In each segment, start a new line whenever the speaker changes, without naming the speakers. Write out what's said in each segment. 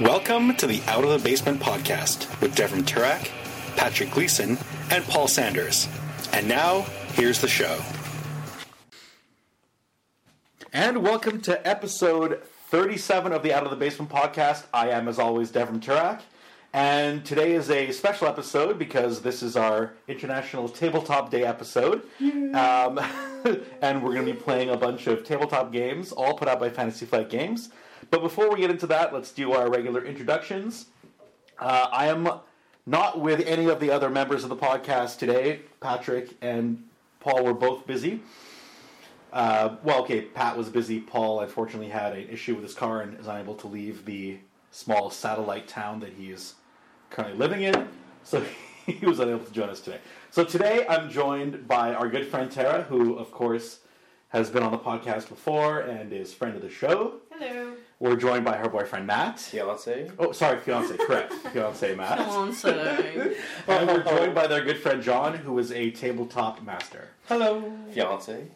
Welcome to the Out of the Basement podcast with Devram Turak, Patrick Gleason, and Paul Sanders. And now, here's the show. And welcome to episode 37 of the Out of the Basement podcast. I am, as always, Devram Turak. And today is a special episode because this is our International Tabletop Day episode. Um, and we're going to be playing a bunch of tabletop games, all put out by Fantasy Flight Games. But before we get into that, let's do our regular introductions. Uh, I am not with any of the other members of the podcast today. Patrick and Paul were both busy. Uh, well, okay, Pat was busy. Paul unfortunately had an issue with his car and is unable to leave the small satellite town that he is currently living in. So he was unable to join us today. So today I'm joined by our good friend Tara, who, of course, has been on the podcast before and is friend of the show.
Hello.
We're joined by her boyfriend Matt.
Fiance?
Oh, sorry, fiance. Correct, fiance Matt.
Beyonce.
And we're joined by their good friend John, who is a tabletop master.
Hello. Fiance?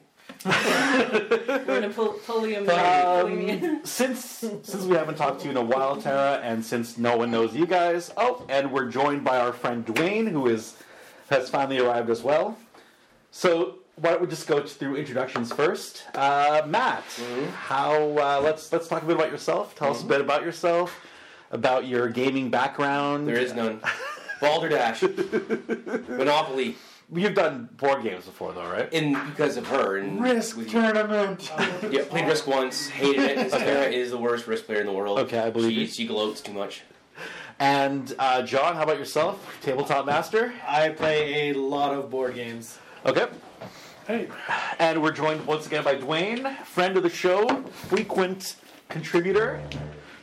We're gonna pull, pull you in. pulling me in.
Um, since since we haven't talked to you in a while, Tara, and since no one knows you guys, oh, and we're joined by our friend Dwayne, who is has finally arrived as well. So why don't we just go through introductions first? Uh, Matt,
Mm-hmm.
how uh, let's let's talk a bit about yourself. Tell us a bit about yourself, about your gaming background.
There is none. Balderdash. Monopoly.
You've done board games before, though, right?
In because of her and with you.
tournament.
Yeah, played Risk once, hated it. and Sarah is the worst Risk player in the world.
Okay, I believe
she,
you.
she gloats too much.
And uh, John, how about yourself? Tabletop master.
I play a lot of board games.
Okay.
Hey.
And we're joined once again by Dwayne, friend of the show, frequent contributor.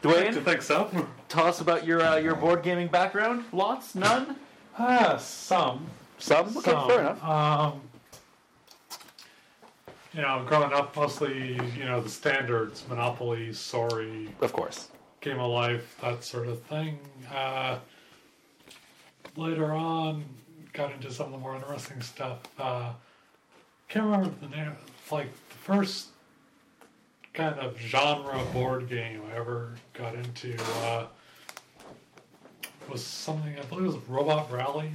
Dwayne,
think so.
tell us about your uh, your board gaming background. Lots, none,
Ah,
some.
some.
Uh, Okay,
some.
fair enough.
Um, you know, growing up, mostly, you know, the standards Monopoly, Sorry,
Of course.
Game of Life, that sort of thing. Uh, later on, got into some of the more interesting stuff. Uh, can't remember the name. Like the first kind of genre board game I ever got into uh, was something I believe it was Robot Rally,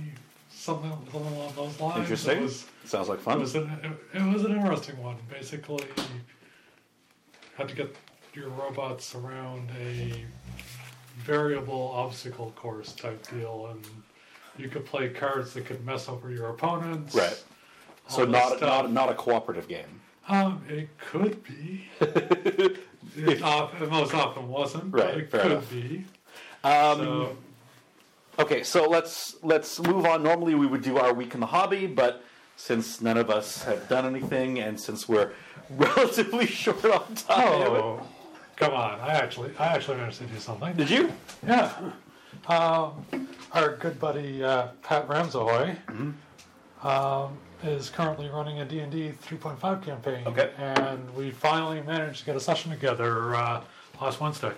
something along those lines. It
Interesting.
was-
Sounds like
it
fun.
was an it, it was an interesting one. Basically, had to get your robots around a variable obstacle course type deal, and you could play cards that could mess over your opponents.
Right. So
all this
not
stuff.
not not a cooperative game.
Um, it could be. it, of- it most often wasn't,
Right,
but it
fair
could
enough.
be.
Um,
So,
Okay, so let's let's move on. Normally we would do our week in the hobby, but since none of us have done anything, and since we're relatively short on time,
oh, come on! I actually, I actually managed to do something.
did you?
Yeah. Um, our good buddy uh, Pat Ramsahoy um, is currently running a D&D 3.5 campaign.
Okay.
And we finally managed to get a session together uh, last Wednesday.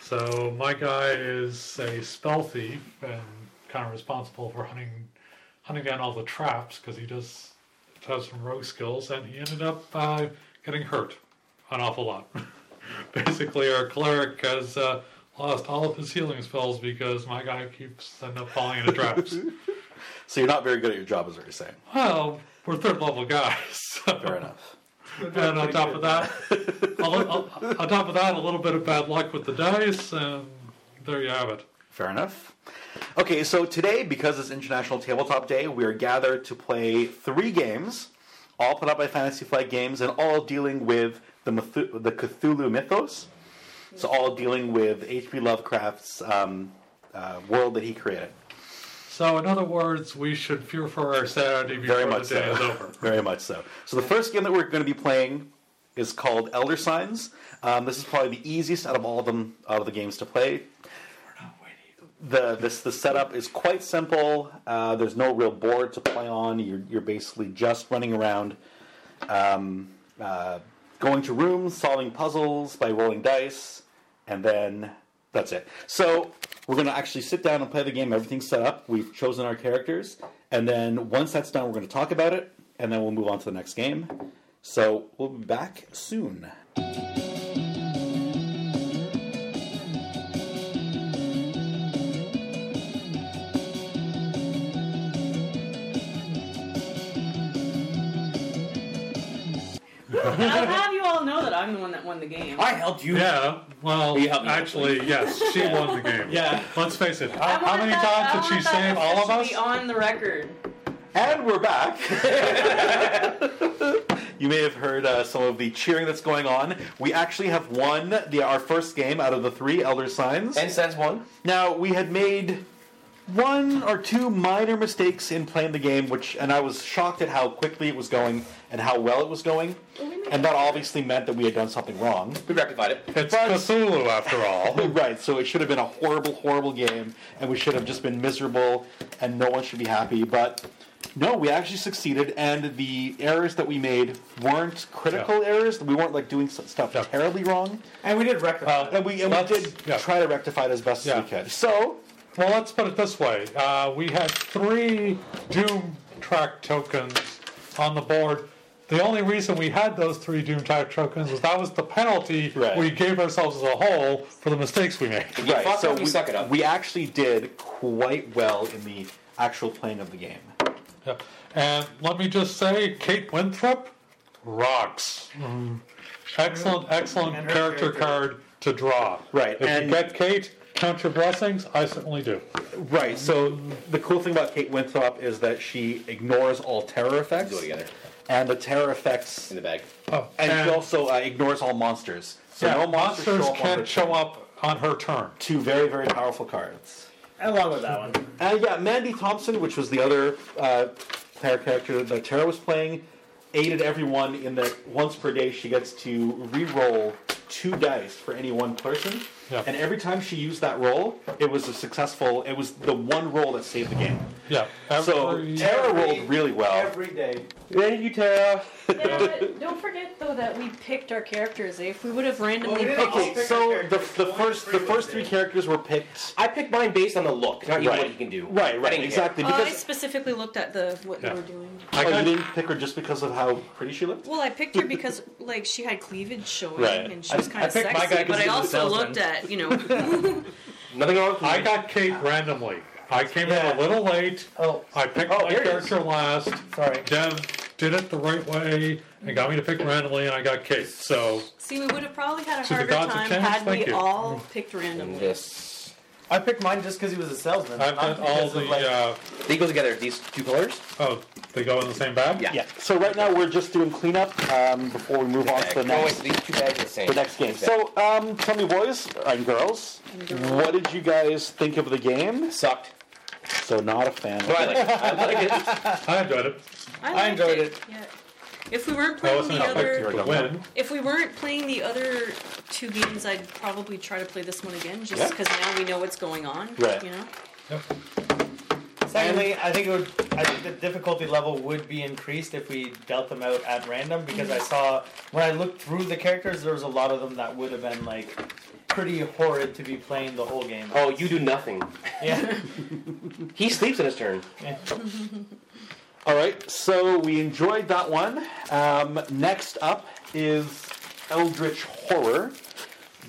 So my guy is a spell thief and kind of responsible for hunting hunting down all the traps because he does has some rogue skills and he ended up uh, getting hurt an awful lot. Basically, our cleric has uh, lost all of his healing spells because my guy keeps ending up falling into traps.
So you're not very good at your job, is what you're saying.
well, we're third level guys. so-
Fair enough.
and on top of that, a li- on on top of that, a little bit of bad luck with the dice, and there you have it.
Fair enough. Okay, so today, because it's International Tabletop Day, we are gathered to play three games, all put out by Fantasy Flight Games, and all dealing with the, Methu- the Cthulhu mythos. So, all dealing with H.P. Lovecraft's um, uh, world that he created.
So, in other words, we should fear for our sanity before
Very much
the day
so.
is over.
Very much so. So the first game that we're going to be playing is called Elder Signs. Um, this is probably the easiest out of all of them out of the games to play. The this the setup is quite simple. Uh, there's no real board to play on. You're you're basically just running around, um, uh, going to rooms, solving puzzles by rolling dice, and then that's it. So we're going to actually sit down and play the game. Everything's set up. We've chosen our characters, and then once that's done, we're going to talk about it, and then we'll move on to the next game. So we'll be back soon.
And I'll have you all know that I'm the one that won the game.
I helped you.
Yeah, well,
You helped me.
actually, yes, she won the game.
Yeah.
Let's face it,
I
how, how
want
many
that- I
times did
want
she
that
save all of us?
officially on the record.
And we're back. you may have heard uh, some of the cheering that's going on. We actually have won the, our first game out of the three Elder Signs.
And sense one.
Now we had made one or two minor mistakes in playing the game, which and I was shocked at how quickly it was going and how well it was going, and that obviously meant that we had done something wrong.
We rectified it.
It's Cthulhu after all.
Right, so it should have been a horrible, horrible game, and we should have just been miserable, and no one should be happy. But no, we actually succeeded, and the errors that we made weren't critical errors. We weren't like doing s- stuff
Yeah.
terribly wrong, Uh,
And we did rectify.
Well,
and we and we
That's-
did
yeah.
try to rectify it as best as we
Yeah.
could. So
Well, let's put it this way: uh, we had three Doom track tokens on the board. The only reason we had those three Doom track tokens was that was the penalty
Right.
we gave ourselves as a whole for the mistakes we made.
You fuck up, you
we,
suck it up.
we actually did quite well in the actual playing of the game.
Yep. And let me just say, Kate Winthrop rocks. Mm-hmm. Excellent, excellent
And her
character
character.
card to draw.
Right,
If
and-
you get Kate, count your blessings. I certainly do.
Right. So the cool thing about Kate Winthrop is that she ignores all terror effects.
Go together
And the terror effects,
in the bag.
Oh,
and, she also uh, ignores all monsters. So
yeah,
no monsters,
monsters
show up on her turn.
can't show up on her turn.
Two very very powerful cards.
Along with that one.
And yeah, Mandy Thompson, which was the other uh, player character that Tara was playing, aided everyone in that once per day she gets to re-roll two dice for any one person.
Yeah.
And every time she used that roll, it was a successful. It was the one roll that saved the game.
Yeah.
so Tara
every-
rolled really
Oh.
well.
Every day.
Thank you, Tara.
Yeah, but don't forget though that we picked our characters. Eh? If we would have randomly
Well, we didn't
picked,
Okay,
pick our
so the,
characters.
the
One
first the
free
first
one
three
day.
characters were picked.
I picked mine based on the look, not even
Right.
what he can do.
Right,
I
right,
didn't
exactly.
Oh, I
Because
specifically looked at the what
Yeah.
you were doing.
I
oh,
got-
you didn't pick her just because of how pretty she looked.
Well, I picked her because like she had cleavage showing
Right.
and she was
I-
kind
I
of
picked my
sexy.
guy 'cause
but
he
I
was
also
a salesman.
looked at you know.
care. Nothing wrong with
I
me.
got Kate randomly. I came in a little late.
Oh,
I picked
Oh,
my
there it is.
character last.
sorry.
Dev did it the right way and got me to pick randomly, and I got Kate. So
See, we would have probably had a
So the
harder
gods of
time
chance,
had we
thank you.
all picked randomly.
This.
I picked mine just because he was a salesman.
I've got
not
all
because
the.
of, like,
Uh,
They go together. These two colors.
oh, they go in the same bag.
Yeah.
Yeah. So right now we're just doing cleanup um, before we move on to the
No, wait,
next
these two bags are the same.
the next game. So um, tell me, boys and girls, what did you guys think of the game?
sucked.
So not a fan.
No, I like it. I like it.
I enjoyed it.
I
liked
enjoyed it.
Yeah. If we weren't
I
playing
wasn't
the
expecting
other,
her to win.
if we weren't playing the other two games, I'd probably try to play this one again, just
Yeah.
because now we know what's going on.
Right.
You know.
Yep.
Secondly, I think it would. I think the difficulty level would be increased if we dealt them out at random because I saw when I looked through the characters, there was a lot of them that would have been like pretty horrid to be playing the whole game.
Oh, you do nothing.
Yeah,
He sleeps in his turn.
yeah.
All right. So we enjoyed that one. Um, next up is Eldritch Horror,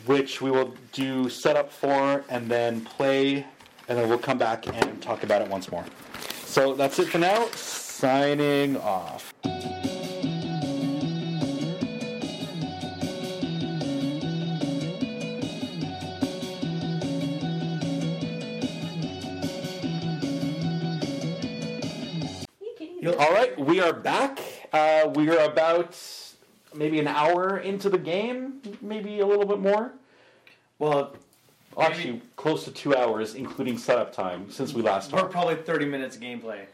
which we will do setup for and then play, and then we'll come back and talk about it once more. So that's it for now. Signing off. All right, we are back. Uh, we are about maybe an hour into the game, maybe a little bit more. Well, actually, close to two hours, including setup time, since we last
we're
talked.
probably thirty minutes gameplay.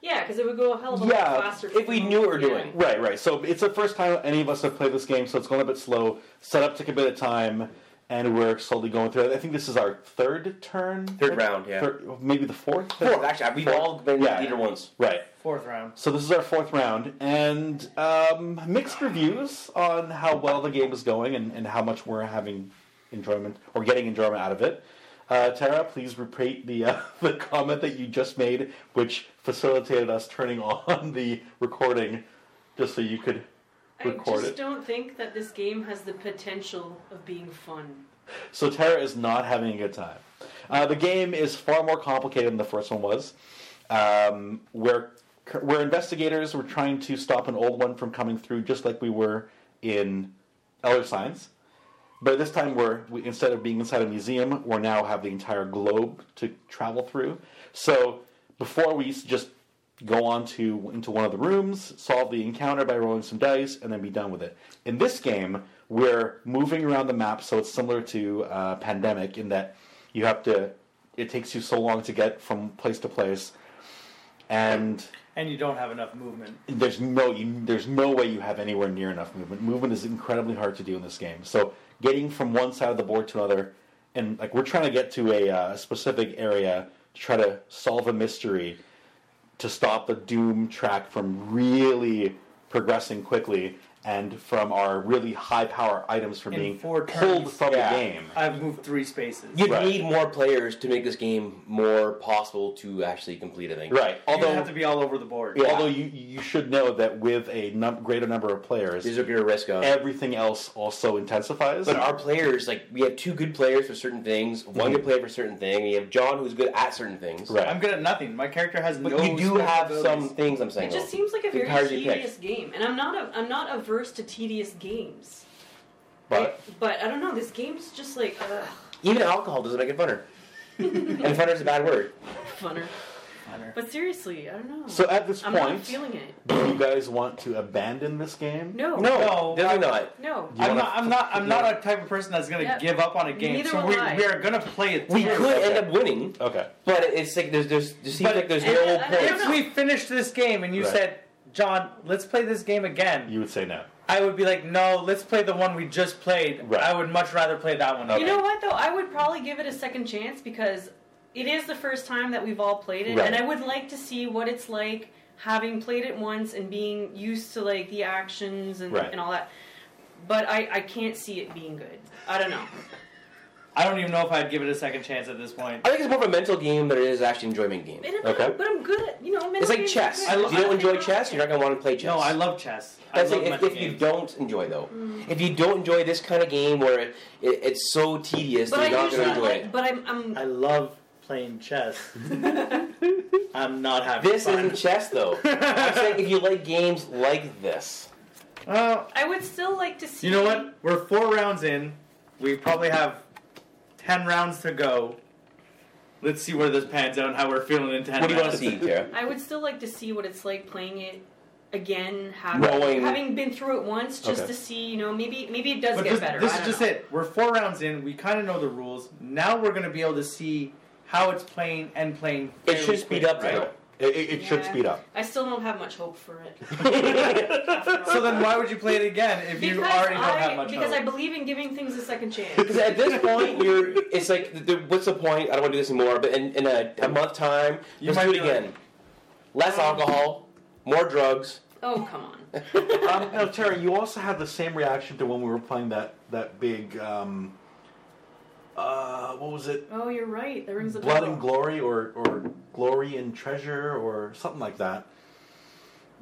Yeah, because it would go a hell of a
Yeah,
lot faster
if we knew what we're
Yeah.
doing.
Right, right. So it's the first time any of us have played this game, so it's going a bit slow. Setup took a bit of time, and we're slowly going through it. I think this is our third turn.
Third round, yeah.
Third- maybe the fourth?
Fourth, actually, we've all been
Yeah.
leader once.
Right.
Fourth round.
So this is our fourth round, and um, mixed reviews on how well the game is going and, and how much we're having enjoyment or getting enjoyment out of it. Uh, Tara, please repeat the uh, the comment that you just made, which facilitated us turning on the recording, just so you could
I
record
just
it.
don't think that this game has the potential of being fun.
So Tara is not having a good time. Uh, the game is far more complicated than the first one was. Um, we're, we're investigators. We're trying to stop an old one from coming through, just like we were in Elder Science. But this time, we're we, instead of being inside a museum, we now have the entire globe to travel through. So before we used to just go on to into one of the rooms, solve the encounter by rolling some dice, and then be done with it. In this game, we're moving around the map, so it's similar to uh, Pandemic in that you have to. It takes you so long to get from place to place, and
and you don't have enough movement.
there's no you, there's no way you have anywhere near enough movement. Movement is incredibly hard to do in this game. So getting from one side of the board to another, and like we're trying to get to a uh, specific area to try to solve a mystery to stop the Doom track from really progressing quickly and from our really high power items from
In
being
four
pulled
turns.
from
Yeah.
the game.
I've moved three spaces.
You'd
Right.
need more players to make this game more possible to actually complete. I think.
Right.
Although
Although
you have to be all over the board.
yeah, although you you should know that with a num- greater number of players,
These are your risk of.
everything else also intensifies.
But our players, like, we have two good players for certain things, one good player for certain thing. We have John, who's good at certain things.
Right.
I'm good at nothing. My character has
But
no.
you do
special
have
abilities.
some things. I'm saying.
It just
though.
seems like a very
Entirely
tedious
picked.
game, and I'm not a, I'm not averse to tedious games.
but
but I don't know. This game's just like ugh,
Even alcohol doesn't make it funner. and funner's a bad word.
funner.
Funner.
But seriously, I don't know.
so at this
I'm not
point,
feeling it.
do you guys want to abandon this game?
No.
No.
definitely not.
No.
You
I'm
wanna-
not. I'm not. I'm not
wanna-
a type of person that's gonna
Yeah.
give up on a game.
Neither
so
will
we,
I.
we are gonna play it.
We
through.
could end up winning,
Okay.
but it's like there's there's just seems
But-
like there's
and
no
I- I
point.
don't
If
know.
we finished this game and you
Right.
said, John, let's play this game again,
You would say no.
I would be like, no, let's play the one we just played.
Right.
I would much rather play that one.
You know what though? I would probably give it a second chance because it is the first time that we've all played it,
Right.
and I would like to see what it's like having played it once and being used to like the actions and,
Right.
and all that. But I, I can't see it being good. I don't know.
I don't even know if I'd give it a second chance at this point.
I think it's more of a mental game than it is actually enjoyment game.
But, I'm-
Okay.
but I'm good at you know. mental
It's like
games are
chess.
good.
I lo-
If you don't enjoy chess, you're not going to want to play chess.
No, I love chess.
That's
I
like
love
if,
mental
if you
games.
don't enjoy though.
Mm.
If you don't enjoy this kind of game where it, it, it's so tedious,
But
that you're
I
not going to
usually
enjoy
like,
it.
but I'm, I'm
I love playing chess. I'm not having
This
fun.
isn't chess though. I'm saying if you like games like this,
Well,
I would still like to see.
you know what? We're four rounds in. We probably have ten rounds to go. Let's see where this pans out and how we're feeling in ten.
what do you want to
rounds.
see, Kara?
I would still like to see what it's like playing it again, having,
Knowing-
having been through it once, just
Okay.
to see. You know, maybe maybe it does
But
get
this,
better.
this
I
is
don't
just
know.
it. We're four rounds in. We kind of know the rules. Now we're going to be able to see how it's playing and playing.
It
fairly
should speed
quick,
up
right?
though.
It, it, it should
Yeah.
speed up.
I still don't have much hope for it.
So then, why would you play it again if
Because
you already don't
I,
have much?
because
hope?
I believe in giving things a second chance.
Because at this point, you're. It's like, th- th- what's the point? I don't want to do this anymore. But in, in a, a month time,
You
let's
might
do it
be like-
again. Less alcohol, more drugs.
Oh come on!
um, now, Terry, you also had the same reaction to when we were playing that that big. Um, uh, what was it?
Oh, you're right. That rings a
Blood
bell.
and glory, or or glory and treasure, or something like that.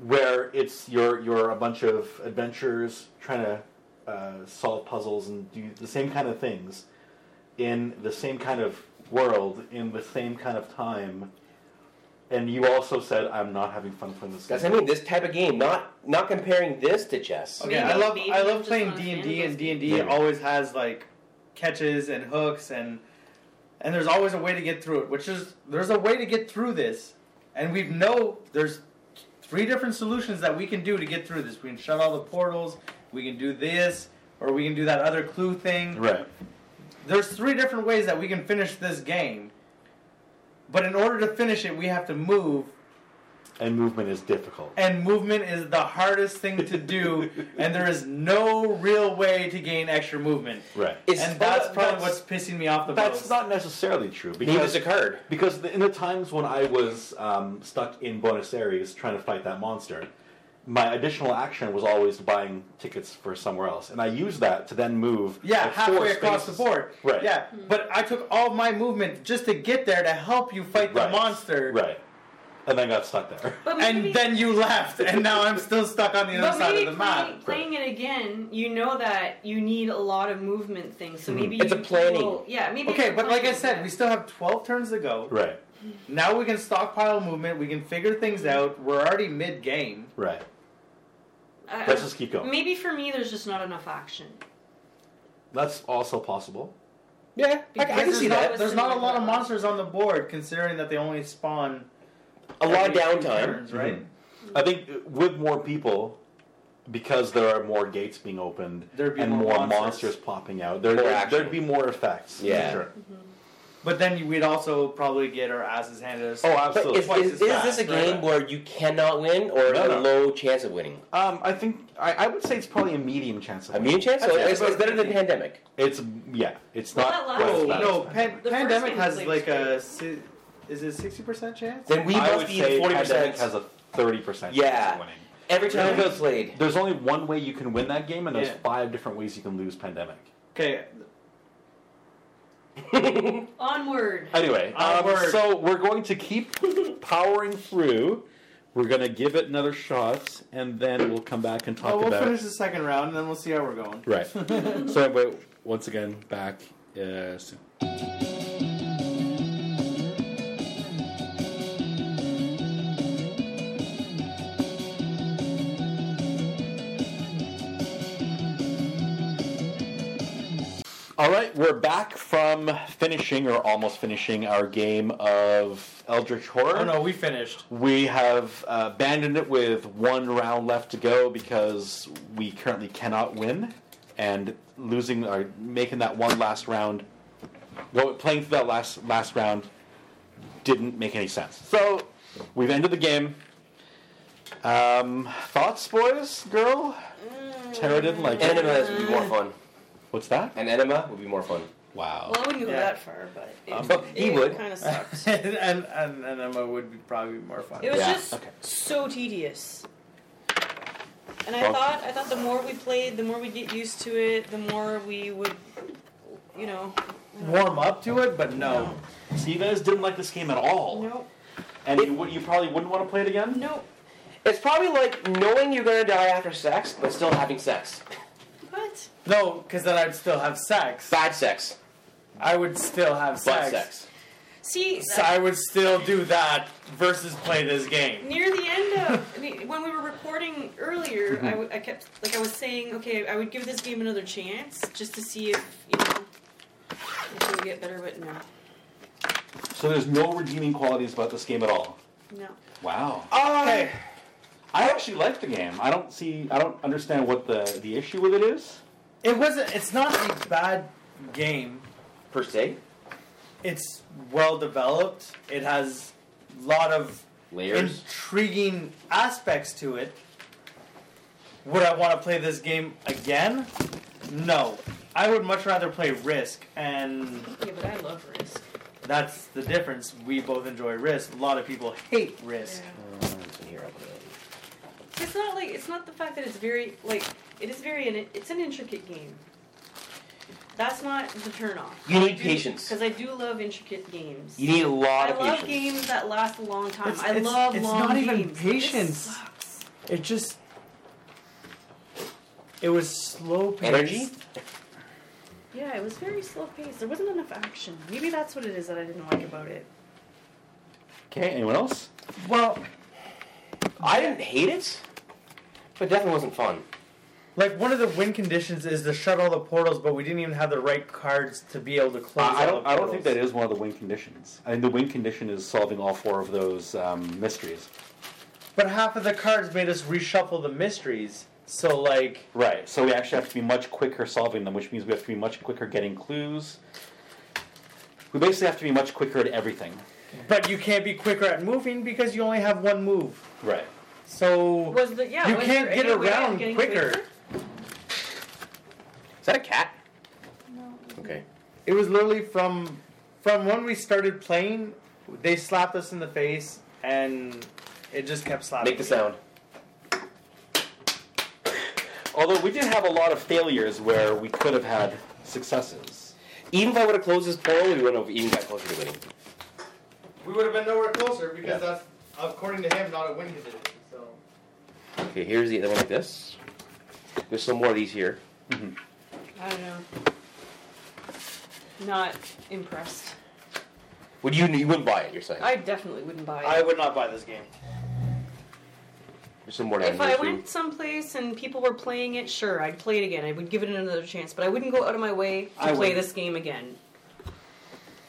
Where it's you're you're a bunch of adventurers trying to uh, solve puzzles and do the same kind of things in the same kind of world in the same kind of time. And you also said, "I'm not having fun playing this
That's
game."
what I mean. This type of game, not not comparing this to chess.
Okay, I
Maybe-
love
maybe
I
I'm
love
just
playing
not a
D
fan
and
of
D,
those
and D and D
games.
always has like catches and hooks, and and there's always a way to get through it. Which is there's a way to get through this, and we know there's three different solutions that we can do to get through this. We can shut all the portals. We can do this, or we can do that other clue thing.
Right.
There's three different ways that we can finish this game. But in order to finish it, we have to move
And movement is difficult.
and movement is the hardest thing to do, and there is no real way to gain extra movement.
Right.
It's-
and that's
well,
probably
that's-
what's pissing me off the
That's
most.
not necessarily true
Neither is
because
a card.
because the, in the times when I was um, stuck in Buenos Aires trying to fight that monster, my additional action was always buying tickets for somewhere else, and I used that to then move.
yeah,
like, four
halfway across the
spaces.
board.
Right.
Yeah,
Hmm.
but I took all my movement just to get there to help you fight the
Right.
monster.
Right, and then got stuck there.
But maybe,
And then you left, and now I'm still stuck on the other
but
side
maybe
of the map.
playing, playing it again, you know that you need a lot of movement things. So maybe
It's
you
a planning.
will- yeah, maybe.
Hmm. Okay,
it's a
but like I
planning,
said,
yeah.
we still have 12 turns to go.
Right,
Now we can stockpile movement, we can figure things out. We're already mid game.
right.
I-
Let's just keep going.
Maybe for me, there's just not enough action.
That's also possible.
Yeah, I, I can
Because there's
see that.
always-
There's not a lot of monsters on the board, considering that they only spawn
A lot of
every two
downtime.
turns, right?
I think uh, with more people, because there are more gates being opened
There'd be
and
more
more monsters.
monsters.
popping out, there,
More
there,
action.
would be more effects. for
Yeah.
sure.
But then we'd also probably get our asses handed us.
Oh,
But
absolutely.
is,
Twice
is,
as
is
fast,
this a
right.
game where you cannot win or
No,
a
no.
low chance of winning?
um, I think I, I would say it's probably a medium chance. Of
A medium chance?
That's
So
it.
it's, it's better than pandemic.
It's yeah. It's
Well,
not.
that
quite
last
as
game-
no,
bad as
no
that.
pan-
The first
pandemic
game
has
we
like
played
a si- is it sixty percent chance?
Then we
I
must
would
be in
say
forty
pandemic
percent
has a thirty percent chance
Yeah.
of winning.
every time
Really?
it's played.
There's only one way you can win that game, and there's
Yeah.
five different ways you can lose pandemic.
Okay,
Onward.
Anyway, um,
Onward.
so we're going to keep powering through. We're going to give it another shot, and then Oh, we'll come back and talk
well, we'll
about.
finish the second round and then we'll see how we're going.
Right. so, but once again, back uh, soon. All right, we're back from finishing or almost finishing our game of Eldritch Horror.
Oh no, we finished.
We have uh, abandoned it with one round left to go because we currently cannot win, and losing or making that one last round, go, playing through that last last round, didn't make any sense. So we've ended the game. Um, thoughts, boys, girl? Tara didn't like it.
Enema is- would be more fun.
What's that?
An enema would be more fun.
Wow.
Well, I wouldn't go
Yeah.
that far, but it,
Um,
well, he would.
kind of
and,
sucks.
and and Emma would be probably more fun.
It was
Yeah,
just
okay.
so tedious. And I
Well-
thought I thought the more we played, the more we would get used to it, the more we would, you know.
warm up to it, but no.
So you guys didn't like this game at all,
No,
and you, would- you probably wouldn't want to play it again.
no.
It's probably like knowing you're gonna die after sex, but still having sex.
What?
No, because then I'd still have sex.
Bad sex,
I would still have
but
sex.
sex.
See,
So I would still do that versus play this game.
near the end of I mean, when we were recording earlier, I, w- I kept like I was saying, okay, I would give this game another chance just to see if you know if it would get better, but no,
So there's no redeeming qualities about this game at all.
no.
Wow.
Okay.
I actually like the game. I don't see. I don't understand what the the issue with it is.
It wasn't. It's not a bad game.
Per se,
It's well developed. It has a lot of
layers.
intriguing aspects to it. Would I want to play this game again? No. I would much rather play Risk, and
Yeah, but I love Risk.
that's the difference. We both enjoy Risk. A lot of people hate Risk.
Yeah.
Here, I'll put it
It's not like it's not the fact that it's very like it is very in- it's an intricate game. That's not the turn off.
You need patience.
because I do love intricate games.
You need a lot
I
of
love
patience.
games that last a long time.
It's-
I
it's-
love
it's
long
not even
games. This
patience.
sucks.
It just. It was slow paced.
Energy?
Yeah, it was very slow paced. There wasn't enough action. Maybe that's what it is that I didn't like about it.
Okay. Anyone else?
Well,
I didn't hate it, but definitely wasn't fun.
like one of the win conditions is to shut all the portals, but we didn't even have the right cards to be able to close.
I, I
all
don't.
The
I don't think that
portals.
is one of the win conditions. I think the win condition is solving all four of those um, mysteries.
But half of the cards made us reshuffle the mysteries. So like,
Right. So we actually have to be much quicker solving them, which means we have to be much quicker getting clues. We basically have to be much quicker at everything.
but you can't be quicker at moving because you only have one move.
Right.
So
Was the yeah?
You
was
can't
there
get
any way of
around
getting
quicker.
Is that a cat?
No.
Okay.
it was literally from from when we started playing, they slapped us in the face, and it just kept slapping.
Make the
me.
sound.
Although we did have a lot of failures where we could have had successes.
Even if I would have closed this portal, we wouldn't have even got closer to winning.
We would have been nowhere closer because
Yeah.
that's according to him not a win condition. So
Okay, here's the other one like this. There's some more of these here.
I don't know. Not impressed.
Would you? You wouldn't buy it. You're saying.
I definitely wouldn't buy it.
I would not buy this game.
some more
If I
avenues
went someplace and people were playing it, sure, I'd play it again. I would give it another chance, but I wouldn't go out of my way to
I
play
would.
this game again.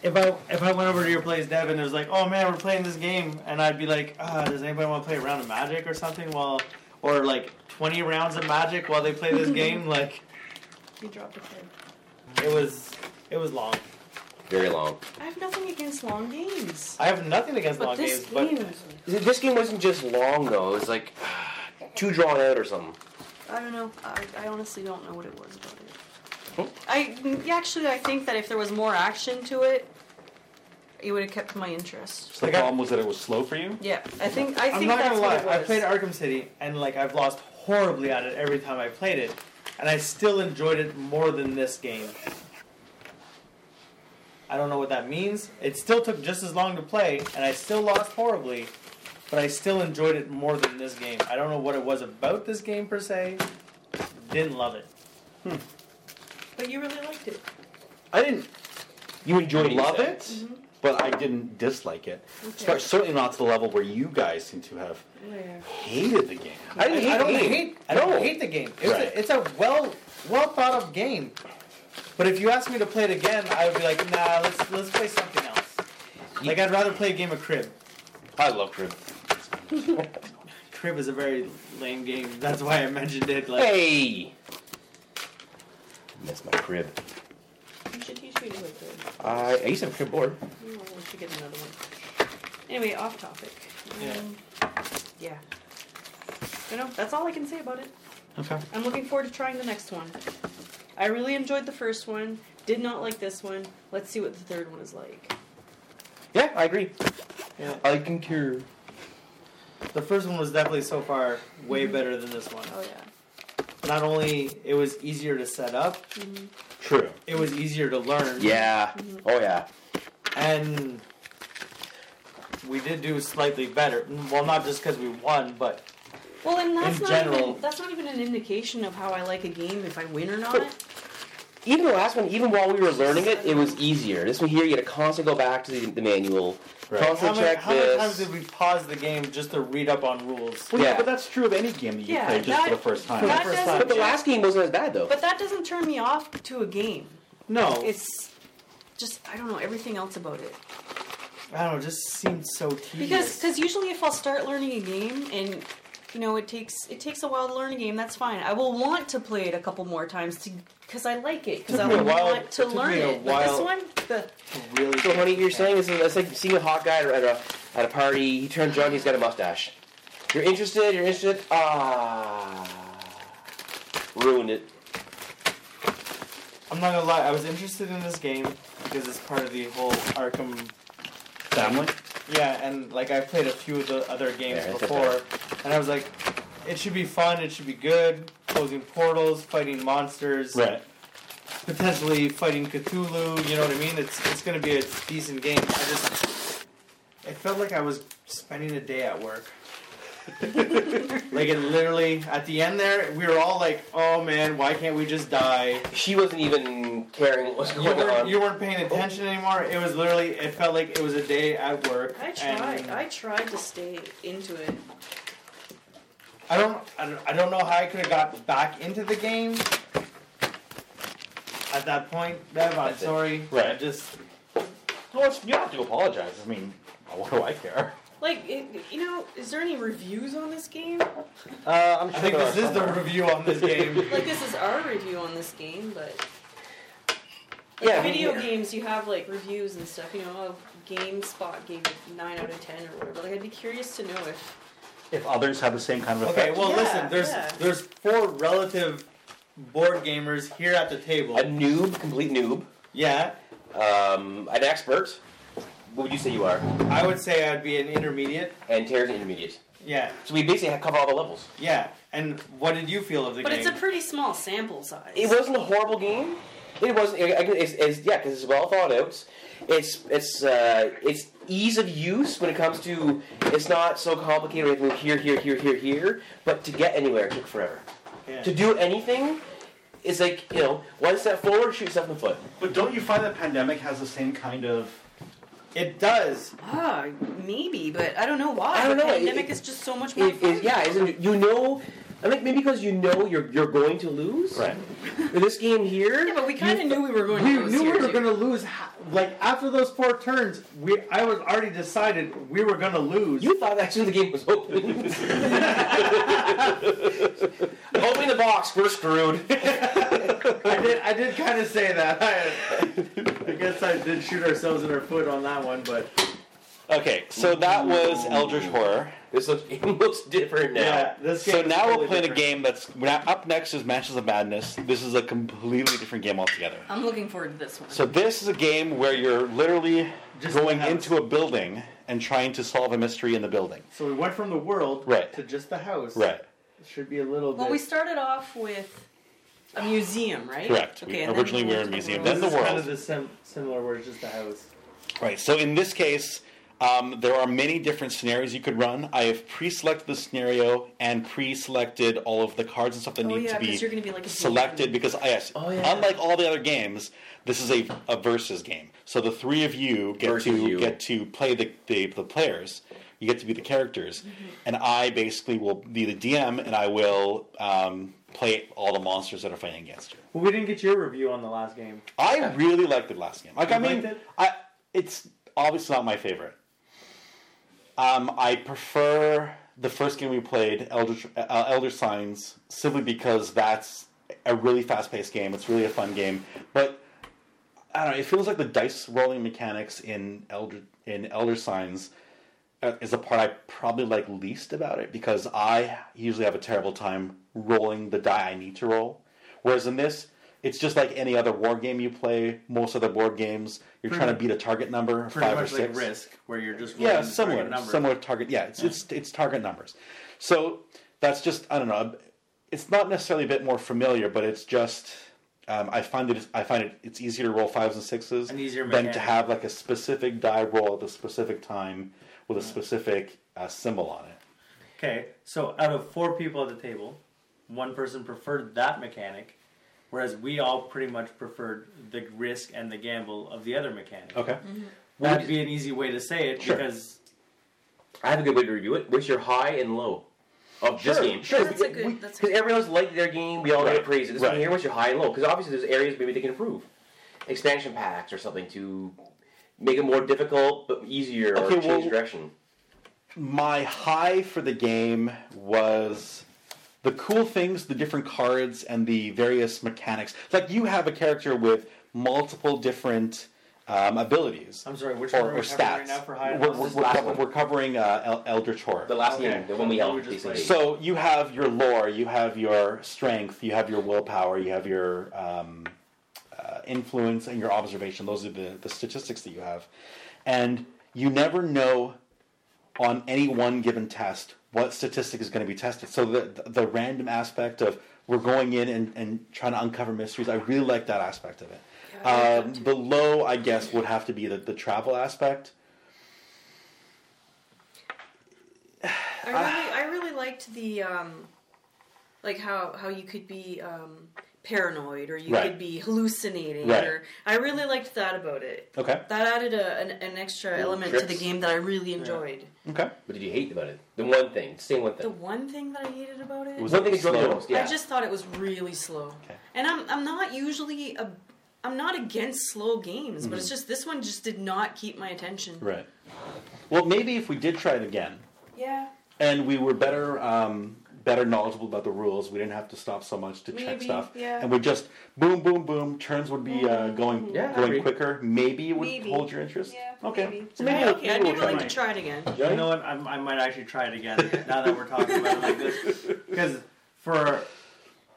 If I if I went over to your place, Dev, and it was like, oh man, we're playing this game, and I'd be like, ah, does anybody want to play a round of Magic or something? Well, or like twenty rounds of Magic while they play this game. Like
You dropped a card.
it was it was long.
Very long.
I have nothing against long games.
I have nothing against
But
long
this
games,
game,
but
This game wasn't just long though. It was like too drawn out or something.
I don't know. I, I honestly don't know what it was about it.
Oh.
I actually, I think that if there was more action to it, it would have kept my interest.
So the
Like I-
problem was that it was slow for you.
Yeah, I think I
I'm
think
not
that's
gonna
what
lie.
it
I
was.
played Arkham City, and like I've lost horribly at it every time I played it, and I still enjoyed it more than this game. I don't know what that means. It still took just as long to play, and I still lost horribly, but I still enjoyed it more than this game. I don't know what it was about this game per se. Didn't love it.
but you really liked it.
I didn't
You enjoyed
love it, but I didn't dislike it. Spe- Certainly not to the level where you guys seem to have
Oh,
hated the game.
I, didn't
hate
I don't
the game.
hate. I don't
No.
hate the game. It's,
Right.
a, it's a well well thought of game. But if you asked me to play it again, I would be like, nah, let's let's play something else. Like I'd rather play a game of crib.
I love Crib.
Crib is a very lame game. That's why I mentioned it. Like,
Hey. That's my crib.
You should teach me to play good.
I I used to have a crib board.
We should get another one. Anyway, off topic.
Yeah.
Um, yeah. You know, that's all I can say about it.
okay.
I'm looking forward to trying the next one. I really enjoyed the first one. Did not like this one. Let's see what the third one is like.
Yeah, I agree.
Yeah.
I concur.
The first one was definitely so far way better than this one.
Oh yeah.
Not only it was easier to set up,
True.
it was easier to learn.
Yeah. Oh yeah.
And we did do slightly better. Well, not just because we won, but
Well, and that's
In
not
general-
even that's not even an indication of how I like a game if I win or not.
Even the last one, even while we were learning it, it was easier. This one here, you had to constantly go back to the, the manual,
Right.
how,
constantly
many,
check
how many
this.
times did we pause the game just to read up on rules?
Well, yeah.
Yeah.
but that's true of any game that you
Yeah,
play just
that-
for the first time.
for the
That
first
doesn't-
but the last game wasn't as bad though.
But that doesn't turn me off to a game.
No,
It's just I don't know everything else about it
I don't know. It just seemed so tedious.
because because usually if I'll start learning a game and you know it takes it takes a while to learn a game that's fine. I will want to play it a couple more times to because I like it because
Took
I
me a
want
while-
to
it took
learn
me a
it. But this
while.
one, the,
really,
so, honey, you're saying this is that's like seeing a hot guy at a, at a at a party. He turns around, he's got a mustache. You're interested. You're interested. Ah, ruined it.
I'm not gonna lie. I was interested in this game because it's part of the whole Arkham.
Family.
Yeah, and like I played a few of the other games
Yeah, it's a
before, and I was like, it should be fun. It should be good. Closing portals, fighting monsters,
Right.
potentially fighting Cthulhu. You know what I mean? It's it's gonna be a decent game. I just it felt like I was spending a day at work. like it literally at the end there, we were all like, "Oh man, why can't we just die?"
She wasn't even caring what was
You
going
weren't,
on.
you weren't paying attention anymore. It was literally it felt like it was a day at work.
I
and
tried I tried to stay into it.
I don't I don't, I don't know how I could have got back into the game. At that point, Bev, I'm
That's it.
sorry.
Right.
I just
Well, it's, you don't have to apologize. I mean, what do I care?
Like it, you know, is there any reviews on this game?
Uh, I'm
I think this is the review on this game.
Like this is our review on this game, but
yeah, I mean,
video games you have like reviews and stuff. You know, GameSpot gave it nine out of ten or whatever. Like I'd be curious to know if
If others have the same kind of
Okay,
effect.
well
Yeah,
listen, there's
yeah.
there's four relative board gamers here at the table.
a noob, complete noob,
yeah,
um, an expert. What would you say you are?
I would say I'd be an intermediate.
And Tara's an intermediate.
Yeah,
So we basically have cover all the levels.
yeah. And what did you feel of the
But
game?
it's a pretty small sample size.
It wasn't a horrible game. It wasn't. It, it's, it's, yeah, because it's well thought out. It's it's uh, it's ease of use when it comes to. It's not so complicated. We have to move here, here, here, here, here. But to get anywhere it took forever.
Yeah.
To do anything, it's like you know, one step forward, shoot yourself in the foot.
But don't you find that pandemic has the same kind of
It does.
Ah, maybe, but I don't know why.
I don't
The
know, it-
pandemic
it-
is just so much more.
It, it, yeah, isn't you know? I think maybe because you know you're you're going to lose.
Right.
In this game here,
Yeah, but we kind of knew we were going
We
to lose
knew
here,
we were
too.
going to lose. ha- Like after those four turns, we I was already decided we were going to lose.
you thought that's when the game was open. open the box, we're screwed.
I did. I did kind of say that. I, I guess I did shoot ourselves in our foot on that one, but
Okay, so that was Eldritch Horror.
This looks it looks different now.
yeah, this game.
So
is
now
totally
we'll play the
different.
game that's now up next is Mansions of Madness. This is a completely different game altogether.
I'm looking forward to this one.
So this is a game where you're literally
Just
going
the house.
into a building and trying to solve a mystery in the building.
So we went from the world
Right.
to just the house.
Right.
Should be a little.
well,
bit.
we started off with a museum, right?
Correct. We-
and then
originally we were
moved
a
to
museum,
world.
then the
This is Kind
world.
of the sim- similar where it's just the house.
Right. So in this case, um, there are many different scenarios you could run. I have pre-selected the scenario and pre-selected all of the cards and stuff that
Oh,
need
yeah,
to be,
'cause you're gonna be like a
selected.
DM.
Because ah, yes,
Oh, yeah.
unlike all the other games, this is a, a versus game. So the three of you get
Versus
to
you.
get to play the, the the players. You get to be the characters,
Mm-hmm.
and I basically will be the DM, and I will um, play all the monsters that are fighting against you.
Well, we didn't get your review on the last game.
I really liked it last game. Like
You
I mean,
liked it?
I it's obviously not my favorite. Um, I prefer the first game we played, Elder uh, Elder Signs, simply because that's a really fast-paced game. It's really a fun game, but I don't know. It feels like the dice rolling mechanics in Elder in Elder Signs uh, is the part I probably like least about it because I usually have a terrible time rolling the die I need to roll. Whereas in this, it's just like any other war game you play. Most other board games, you're
Pretty-
trying to beat a target number, of
Pretty
five
much
or six.
like Risk, where you're just
yeah,
rolling
similar,
target numbers.
similar target. Yeah, it's it's it's target numbers. So that's just I don't know. It's not necessarily a bit more familiar, but it's just um, I find it I find it it's easier to roll fives and sixes
An easier
than
mechanic.
to have like a specific die roll at a specific time with a specific uh, symbol on it.
Okay, so out of four people at the table, one person preferred that mechanic, whereas we all pretty much preferred the risk and the gamble of the other mechanic.
Okay.
That'd be an easy way to say it
Sure.
because
I have a good way to review it. What's your high and low of this
Sure,
game?
sure.
That's a good. That's a
Because everyone else liked their game, we all
Right,
get praise. This
right.
one here, what's your high and low? Because obviously there's areas maybe they can improve. Expansion packs or something to make it more difficult but easier or
Okay,
change
well-
direction.
my high for the game was the cool things, the different cards, and the various mechanics. Like you have a character with multiple different um, abilities
I'm sorry, which
or,
one are we
or
covering
stats.
right now for high and
we're,
low?
we're-
This
we're
last
cover-
one.
we're covering uh, El- Eldritch Horror.
The last
Okay.
game, the one we
So
held.
we just
basically.
played.
So you have your lore, you have your strength, you have your willpower, you have your um, uh, influence, and your observation. Those are the, the statistics that you have. And you never know on any one given test what statistic is going to be tested. So the, the random aspect of we're going in and, and trying to uncover mysteries, I really like that aspect of it.
Yeah, I like
Um, the low, I guess, would have to be the, the travel aspect.
I really, I really liked the um, like how how you could be um, paranoid or you
Right.
could be hallucinating.
Right.
Or I really liked that about it.
Okay.
That added a, an, an extra
Little
element to the
tricks.
game that I really enjoyed.
Okay.
What did you hate about it? The one thing. Say one
The
thing.
one thing that I hated about it,
Was
one thing you enjoyed the
Slow.
most. Yeah.
I just thought it was really slow.
Okay.
And I'm I'm not usually a I'm not against slow games, but it's just this one just did not keep my attention.
Right. Well, maybe if we did try it again,
Yeah,
and we were better um, better knowledgeable about the rules. We didn't have to stop so much to check
Maybe,
stuff,
yeah.
and we just boom, boom, boom. Turns would be uh, going
Yeah, I agree.
going quicker. Maybe it would
Maybe.
hold your interest. okay, so maybe,
Maybe,
we'll-
okay, I'd
maybe
be
we'll try.
willing
it.
to try it again.
You know what? I'm, I might actually try it again now that we're talking about it like this. Because for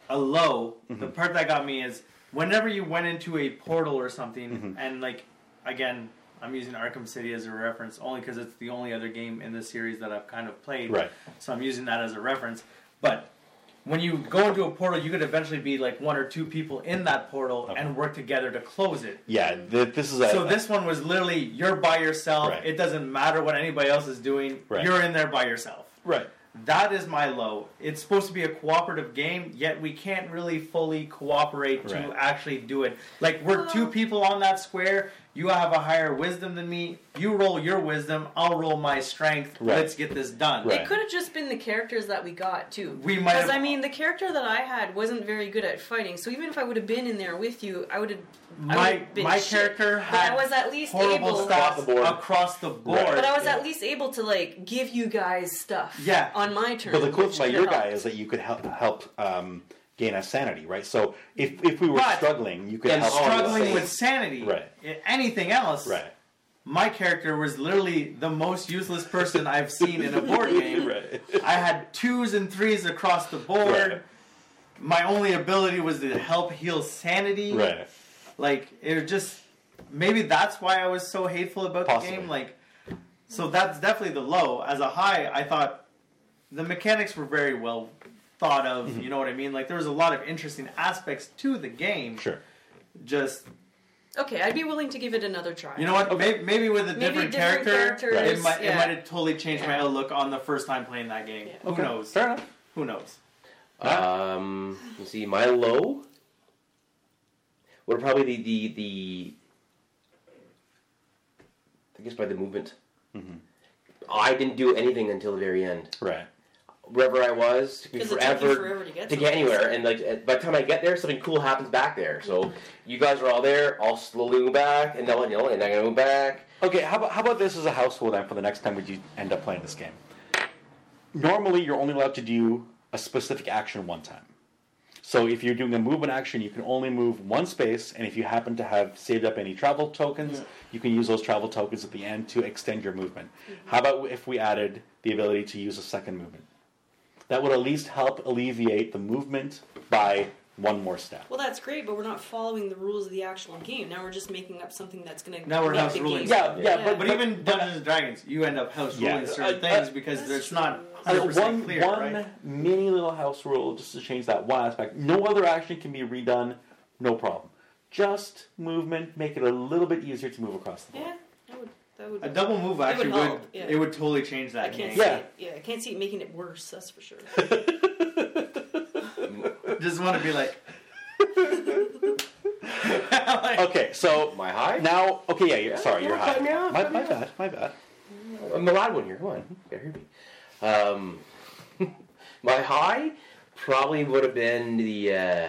a low, the part that got me is whenever you went into a portal or something, and like, again, I'm using Arkham City as a reference only because it's the only other game in this series that I've kind of played.
Right.
So I'm using that as a reference. But when you go into a portal, you could eventually be like one or two people in that portal and work together to close it.
Yeah, th- this is a,
So this one was literally you're by yourself.
Right.
It doesn't matter what anybody else is doing.
Right.
You're in there by yourself.
right.
That is my low. It's supposed to be a cooperative game, yet we can't really fully cooperate to
Right.
actually do it. Like we're two
Well-
people on that square. You have a higher wisdom than me. You roll your wisdom. I'll roll my strength.
Right.
Let's get this done.
Right.
It could have just been the characters that we got too.
We might
Because
have-
I mean, the character that I had wasn't very good at fighting. So even if I would have been in there with you, I would have. I
My
would've been
my
shit.
character
But I
had
was at least
horrible
able.
stats
Across the board.
across the board.
But I was
Yeah.
at least able to like give you guys stuff.
Yeah.
On my turn.
But the cool
which
thing about
could
your
help.
guy is that you could help help um, gain us sanity, right? So if if we were
But-
struggling, you could
And
help. us
struggling
save.
with sanity.
Right.
I- Anything else?
right,
My character was literally the most useless person I've seen in a board game.
right,
I had twos and threes across the board.
Right.
My only ability was to help heal sanity.
right.
Like it was just maybe that's why I was so hateful about
Possibly.
the game. Like so that's definitely the low. As a high, I thought the mechanics were very well thought of,
Mm-hmm.
you know what I mean? Like there was a lot of interesting aspects to the game.
Sure.
Just
Okay, I'd be willing to give it another try.
you know what? May Maybe, with a
Maybe
different,
different
character,
characters,
it might it
yeah.
might have totally changed my outlook on the first time playing that game. Who
Okay.
knows?
Fair enough.
Who knows?
Um, let's see, my low would probably be the the. I guess by the movement. I didn't do anything until the very end.
Right.
Wherever I was, took me
'Cause it took you
forever,
forever to get someplace.
anywhere, and like at- by the time I get there, something cool happens back there. So you guys are all there. I'll slowly move back, and then you know, and I'm gonna move back.
Okay. How about how about this as a household item for the next time would you end up playing this game? Normally, you're only allowed to do a specific action one time. So if you're doing a movement action, you can only move one space, and if you happen to have saved up any travel tokens, you can use those travel tokens at the end to extend your movement. How about if we added the ability to use a second movement? That would at least help alleviate the movement by one more step.
Well, that's great, but we're not following the rules of the actual game. Now we're just making up something that's going to
Now we're
make
house
the
ruling.
game.
yeah, yeah,
Yeah.
but,
But even Dungeons and Dragons, you end up house
Yeah.
ruling certain
Uh, uh,
things because
That's
it's not
true.
Uh,
100%
one
clear,
one
right?
mini little house rule just to change that one aspect. No other action can be redone, no problem. Just movement, make it a little bit easier to move across the board.
Yeah, that would. That would
A double move
would
actually would,
help, yeah.
it would totally change
I
that
can't see
game.
Yeah.
it. Yeah, I can't see it making it worse. That's for sure.
Just want to be like,
Okay, so
My high.
now, okay, yeah, you're, sorry,
yeah,
you're high.
cut me off,
my,
cut
my
me
bad, my bad.
I'm the loud one here. Come
Mm-hmm.
on, you gotta hear me. Um, my high probably would have been the uh,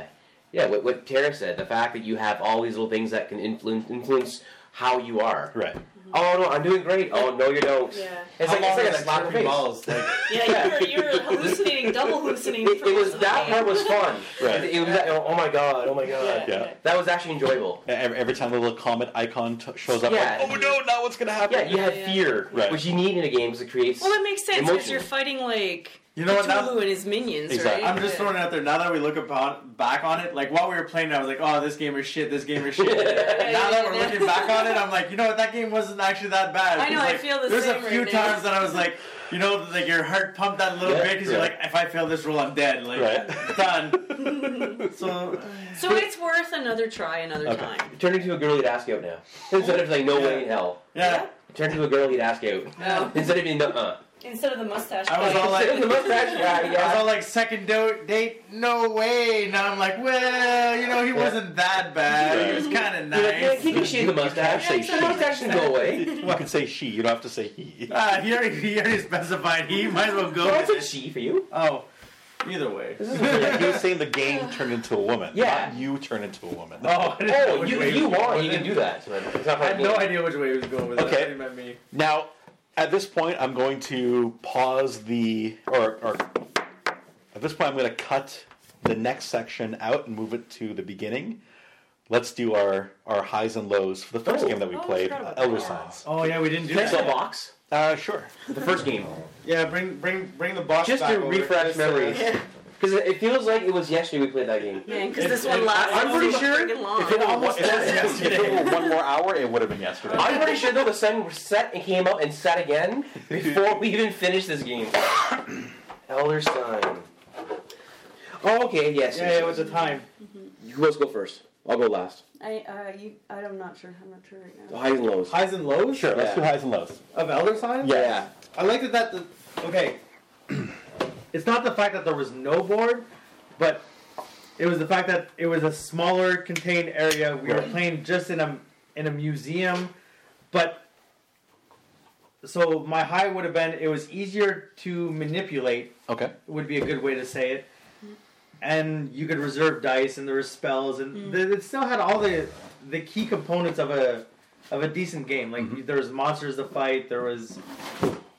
yeah what, what Tara said. The fact that you have all these little things that can influence influence how you are.
Right. E-,
Oh no, I'm doing great. Oh no, you don't.
Yeah.
It's
how
like, it's
long
like
is
a slap in the
Jeremy
face.
balls? Like,
Yeah, you're, you're hallucinating, double hallucinating.
It,
for
it was
most of the
that
game.
part was fun.
Right.
It, it was that, oh my god, oh my god.
Yeah.
That was actually enjoyable.
Every, every time the little comet icon t- shows up,
Yeah.
like, oh no, now what's gonna happen?
Yeah, you had
Yeah.
fear,
Right.
which you need in a game because it creates.
Well, that makes sense because
Emotional.
you're fighting like
You know what, now-
Cthulhu and his minions,
Exactly.
right?
I'm just
Yeah.
throwing it out there. Now that we look upon, back on it, like while we were playing, it, I was like, oh, this game is shit. This game is shit.
Yeah,
now that we're
yeah.
looking back on it, I'm like, you know what? That game wasn't actually that bad.
I
'Cause,
know, I
like,
feel the
There's
same
a
right
few
now.
times that I was like, you know, like your heart pumped that little
Yeah,
bit because you're
right.
like, if I fail this roll, I'm dead. Like
Right.
done. so
So it's worth another try another
Okay.
time.
Turned into a girl you'd ask out now. Instead of like no way in hell.
yeah.
Turn to a girl he'd ask out.
No.
Instead of being,
uh.
uh-uh.
Instead of the mustache.
I was
guy.
all like-
Instead of the mustache guy,
I was
yeah.
all like, second do- date? No way. Now I'm like, well, you know, he wasn't that bad. He was kind of
You're like, yeah,
nice.
he can shave the mustache.
Yeah,
The mustache can go away.
oh, You can say she, you don't have to say he.
Uh, he, already, he already specified he might as well go.
So I
with
said
it.
she for you.
Oh, either way.
Like, he was saying the game turned into a woman.
Yeah.
not you turn into a woman.
Oh, I didn't know
Oh,
which
you,
way he
you
was
want,
going
you
with
can
it.
do that. It's not
I had
hard
no idea which way he was going with it.
Okay.
He meant me.
Now, at this point, I'm going to pause the or, or at this point, I'm going to cut the next section out and move it to the beginning. Let's do our our highs and lows for the first
Oh.
game that we
Oh, I
played,
forgot about
Elder
that.
Signs.
Oh yeah, we didn't do
Next
that.
up, box.
Uh, sure.
The first game.
Yeah, bring bring bring the box
Just
back
to
over.
refresh
Just, uh,
memories. Because it feels like it was yesterday we played that game.
Man, because
It-
this
it-
one lasts.
I'm pretty
so
sure
friggin' long.
If it, were one,
almost
if,
was
if it were one more hour, it would have been yesterday.
I'm pretty sure though the sun was set and came out and set again before we even finished this game. Elder Sign. Oh, okay, yes. yes,
Yeah, yeah,
yes.
with the time.
Who wants to go first? I'll go last.
I, uh, you, I'm not sure. I'm not sure right
The
now.
highs and lows.
Highs and lows
Sure, let's do
Yeah.
highs and lows.
of Elder Sign.
Yeah.
I like that. That the, okay. it's not the fact that there was no board, but it was the fact that it was a smaller contained area. We were playing just in a in a museum, but so my high would have been it was easier to manipulate
Okay.
would be a good way to say it. And you could reserve dice, and there were spells, and th- it still had all the the key components of a of a decent game. Like there was monsters to fight, there was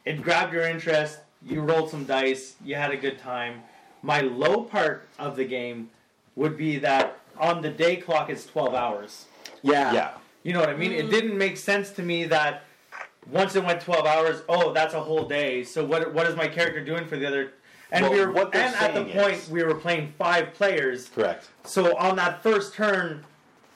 it grabbed your interest. You rolled some dice, you had a good time. My low part of the game would be that on the day clock it's twelve hours.
Yeah.
Yeah.
You know what I mean? It didn't make sense to me that once it went 12 hours, oh, that's a whole day. So what what is my character doing for the other and
Well,
we were
what they're
and at the
saying
point
is-
we were playing five players.
Correct.
So on that first turn,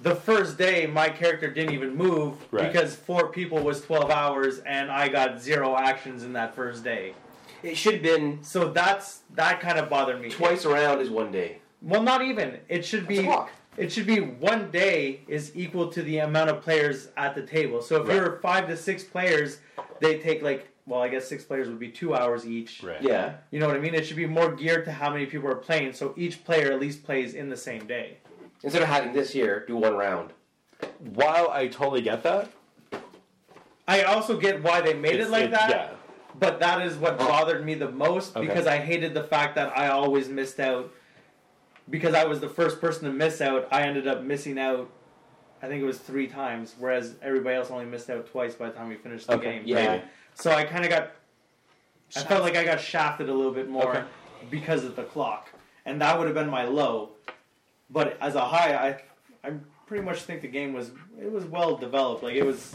the first day my character didn't even move
Right.
because four people was 12 hours and I got zero actions in that first day.
It should have been
So that's that kind of bothered me.
twice around is one day.
Well, not even. It should
That's
be
a walk.
it should be one day is equal to the amount of players at the table. So if there
Right.
were five to six players, they take like well, I guess six players would be two hours each.
Right.
Yeah.
You know what I mean? It should be more geared to how many people are playing, so each player at least plays in the same day.
Instead of having this here, do one round.
While I totally get that,
I also get why they made
it's-
it like
it-
that,
Yeah.
but that is what bothered me the most
Oh. Okay.
because I hated the fact that I always missed out. Because I was the first person to miss out, I ended up missing out. I think it was three times, whereas everybody else only missed out twice by the time we finished the
Okay,
game.
Yeah.
Maybe.
So I kind of got. I felt like I got shafted a little bit more
Okay.
because of the clock, and that would have been my low. But as a high, I, I pretty much think the game was it was well developed. Like it was,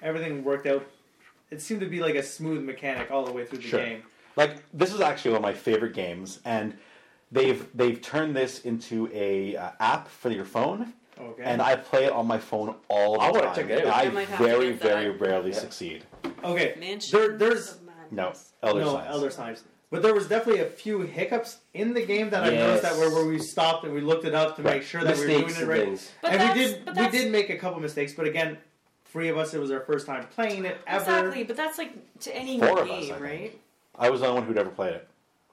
everything worked out. It seemed to be like a smooth mechanic all the way through the
Sure.
game.
Like this is actually one of my favorite games, and they've they've turned this into a uh, app for your phone.
Okay.
And I play it on my phone all the
I
time.
wanna check it out.
and
I
I
might have to
very,
get that.
very rarely
Yeah.
succeed.
okay.
Mansion.
There, there's
No, Elder
no
Signs.
elder signs, but there was definitely a few hiccups in the game that I
Yes.
noticed that were where we stopped and we looked it up to
Right.
make sure that we were
Mistakes
doing it
and
right.
things.
But
and we
that's-
did
but
we
that's-
did make a couple mistakes, but again, three of us it was our first time playing it ever.
Exactly, but that's like to any
Four
new
of us, I
game,
think.
right?
I was the only one who'd ever played it.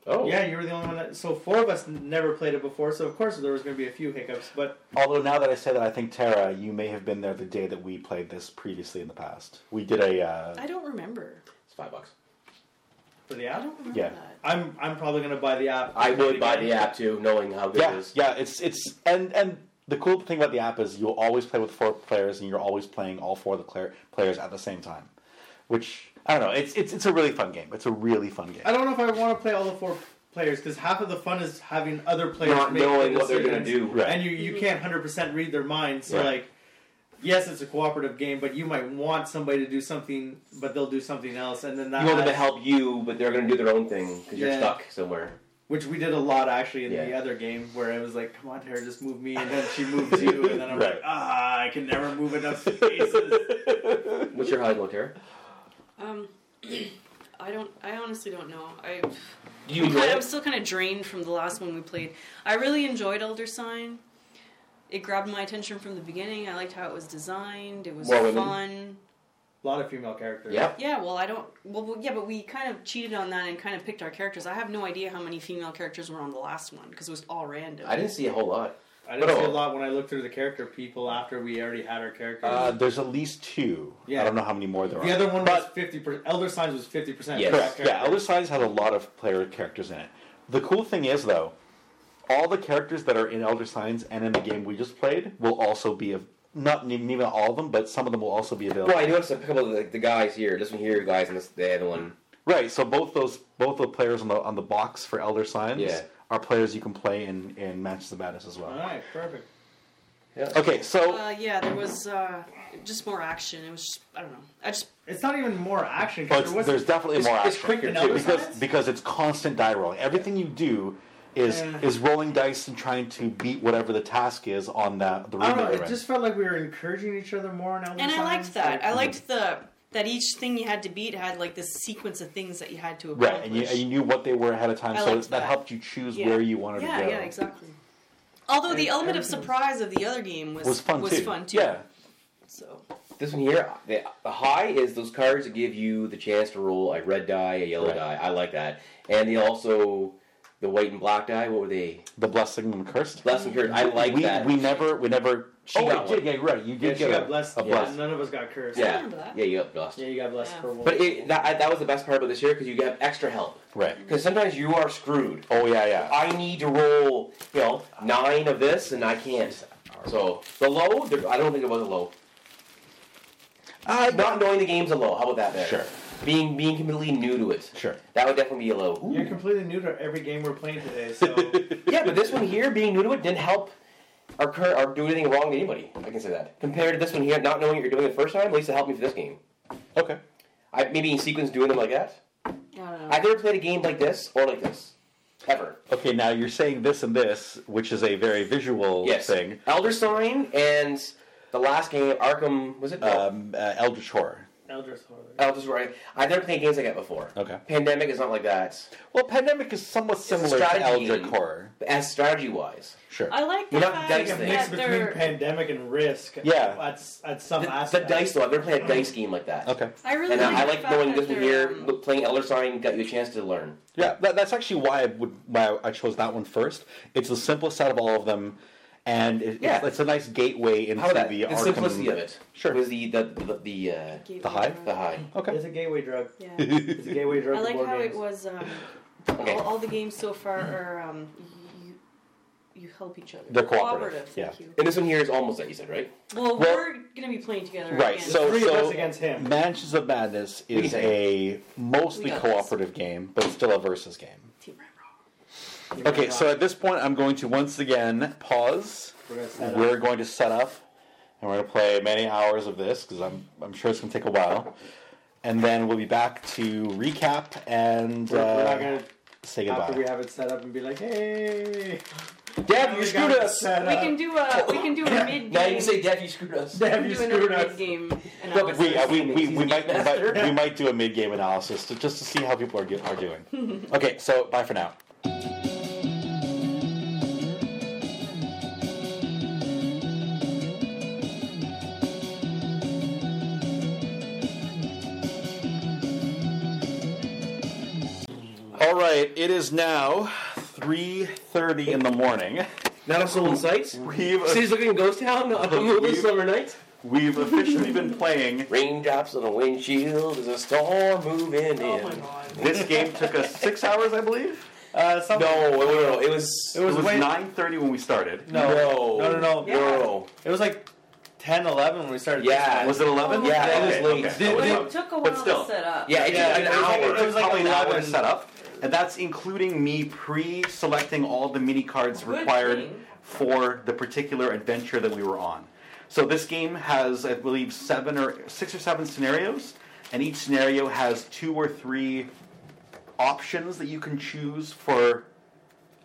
Oh.
Yeah, you were the only one that so four of us n- never played it before, so of course there was gonna be a few hiccups, but
Although now that I say that, I think Tara, you may have been there the day that we played this previously in the past. We did a uh,
I don't remember.
It's five bucks.
but
I
yeah.
don't remember
Yeah.
that.
I'm I'm probably gonna buy the app.
I would buy the app too, knowing how good it
yeah,
is.
yeah. It's it's and and the cool thing about the app is you'll always play with four players and you're always playing all four of the clear, players at the same time, which I don't know. It's it's it's a really fun game. It's a really fun game.
I don't know if I want to play all the four players because half of the fun is having other players
Not
make
knowing
the
what they're gonna
decisions,
do.
Right.
and you you can't hundred percent read their minds. So
Right.
like, yes, it's a cooperative game, but you might want somebody to do something, but they'll do something else, and then that
You want them to
adds-
help you, but they're going to do their own thing because you're
Yeah.
stuck somewhere.
Which we did a lot actually in the
Yeah.
other game where it was like, come on, Tara, just move me. And then she moves you. And then I'm
Right.
like, ah, I can never move enough spaces.
What's your high low, Tara?
Um, I don't. I honestly don't know. I
Do you enjoy
I'm
it?
still kind of drained from the last one we played. I really enjoyed Elder Sign. It grabbed my attention from the beginning. I liked how it was designed. It was
More women?
fun.
a lot of female characters.
Yep.
Yeah, well, I don't. Well, well, yeah, but we kind of cheated on that and kind of picked our characters. I have no idea how many female characters were on the last one because it was all random.
I didn't see a whole lot.
I didn't see a
But-
lot when I looked through the character people after we already had our characters.
Uh, there's at least two. I
Yeah.
don't know how many more there are.
the other one was
but
50%. Elder Signs was 50%.
Yes.
female
Correct. Yeah,
character.
Elder Signs has a lot of player characters in it. The cool thing is though, all the characters that are in Elder Signs and in the game we just played will also be av- not even even all of them, but some of them will also be available.
Well, I noticed a couple of the, the guys here. This one here, guys, and this the other one.
Right. So both those both the players on the on the box for Elder Signs
Yeah.
are players you can play in in Matches of Madness as well.
All right, perfect.
Yeah.
Okay, so
Uh, yeah, there was uh, just more action. It was just, I don't know. I just
It's not even more action
but
because
it's-
there was
there's definitely
It's,
more
it's
action
quicker
In other
too.
words-
because because it's constant die rolling. Everything you do is
Yeah.
is rolling dice and trying to beat whatever the task is on that the room
I don't know.
that you're
Oh, It
in.
just felt like we were encouraging each other more in Elder
and I liked
Signs,
that.
like-
I liked the that each thing you had to beat had like this sequence of things that you had to accomplish.
Right, and you, and you knew what they were ahead of time,
I
so
liked
that.
that.
helped you choose
Yeah.
where you wanted
yeah,
to go.
yeah, exactly. Although the
And
element of
everything was-
surprise of the other game was
It was fun too. Yeah,
So
This one here, the, the high is those cards that give you the chance to roll a red die, a yellow
Right.
die. I like that, and they also the white and black die. What were they?
The blessing and cursed.
Blessed and cursed. I like
we,
that.
We never, we never.
She
oh,
got
we did. Yeah, you're right. You
Yeah,
did
she
get
got
a,
blessed.
a
yeah,
blessed.
None of us got cursed.
I
yeah,
remember that.
yeah, you got blessed.
Yeah, you got blessed
Yeah.
for one.
But it, that I, that was the best part about this year because you got extra help.
Right.
Because sometimes you are screwed.
Oh yeah, yeah.
I need to roll, you know, nine of this, and I can't. So the low, there- I don't think it was a low. Not knowing the game's a low. How about that? There?
Sure.
Being being completely new to it.
Sure.
That would definitely be a low. Ooh.
You're completely new to every game we're playing today, so
yeah, but this one here, being new to it, didn't help or, cur- or do anything wrong to anybody. I can say that. Compared to this one here, not knowing what you're doing the first time, at least it helped me for this game.
Okay.
I maybe in sequence doing them like that.
don't know.
I've never played a game like this or like this ever.
Okay. Now you're saying this and this, which is a very visual
Yes.
thing.
Elder Sign and the last game, Arkham, was it? No.
Um, uh, Eldritch horror.
Elder Horror.
I'll just write. I've never played games like that before.
Okay.
Pandemic is not like that.
Well, pandemic is somewhat similar to
strategy
Eldritch
game.
horror.
As strategy wise,
Sure.
I like the
You're not
fact
dice
Like a
thing.
mix
that
between
they're.
pandemic and risk.
Yeah.
At, s- at
Oh,
some
the, the
aspect.
dice though, I've never played a dice game like that.
okay.
I really
And
like,
I, I
the
like
fact
knowing
that
this one
they're,
here,
um,
look, playing Elder Sign got you a chance to learn.
Yeah, that, that's actually why I would why I chose that one first. It's the simplest out of all of them, and it,
Yeah.
it's, it's a nice gateway into
How about that?
the
The,
Arkham.
simplicity of it.
Sure.
Was the the the the, uh,
gateway
the hive?
drug.
the high.
Okay.
It's a gateway drug.
Yeah.
It's a gateway
I
drug. to
like
board
how
games.
it was. Um,
Okay.
all, all the games so far are um, you, you help each other.
They're cooperative,
thank you.
And this one here is almost that you said, right?
Well,
Well-
we're gonna be playing together.
Right,
Again.
so-
Three
so-
of us against him.
Mansions of Madness
We
is
got
a mostly
We got
cooperative game, but it's still a versus game.
Team Red Rock.
Okay, so at this point, I'm going to once again pause.
We're gonna set up.
We're going to set up, and we're going to play many hours of this because I'm I'm sure it's going to take a while, and then we'll be back to recap and
We're, we're
uh,
not gonna
say
after we
goodbye.
have it set up and be like, hey,
Deb, you
we
screwed
got it
us.
set
We
up.
can do a we can do a mid game.
Now you can say, Deb, you screwed us.
Damn,
we
you
can do another
screwed
mid
us.
game.
No, but
We, uh, we, we,
He's
we,
a
might, we,
game
might,
master.
we might do a mid game analysis to, just to see how people are, get, are doing. Okay, so bye for now. All right, it is now 3:30 in the morning.
Not a soul in sight.
We've
City's looking at Ghost Town on a moonless summer night.
we've officially been playing.
Raindrops on the windshield. There's a storm moving
Oh
in.
my god.
This game took us 6 hours, I believe.
Uh, some-
No, no, no, no. It was.
It was,
It was
way-
9:30 when we started.
No.
No.
No, no, no.
Yeah.
No.
It was like 10, 11 when we started.
Yeah.
Was it 11?
Yeah, it was
okay,
late.
okay.
Did-
But
did-
it took a
But
while
still.
to set up.
Yeah, it took
Yeah,
an
it was like-
hour.
it was like
probably an hour
11.
to set up, and that's including me pre-selecting all the mini cards
Good
required
thing.
for the particular adventure that we were on. So this game has, I believe, seven or six or seven scenarios, and each scenario has two or three options that you can choose for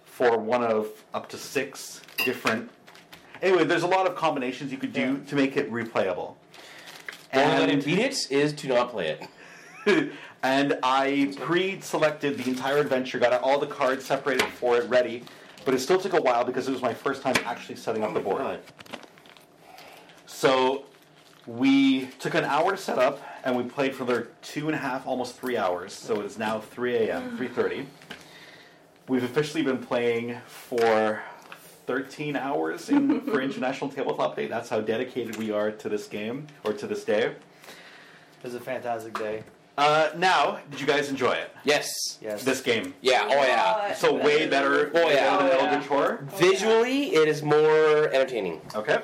for one of up to six different. Anyway, there's a lot of combinations you could do to make it replayable.
The only way to beat it is to not play it.
and I pre-selected the entire adventure, got all the cards separated for it, ready. But it still took a while because it was my first time actually setting up the board. So we took an hour to set up, and we played for another two and a half, almost three hours. So it's now 3 a.m., 3:30. We've officially been playing for 13 hours in, for International Tabletop Day. That's how dedicated we are to this game or to this day.
It was a fantastic day.
Uh, now, did you guys enjoy it?
Yes.
Yes.
This game.
Yeah. Oh yeah.
Yeah.
So way better,
Oh, yeah.
better
Oh,
than
yeah.
Eldritch Horror.
Visually, it is more entertaining.
Okay.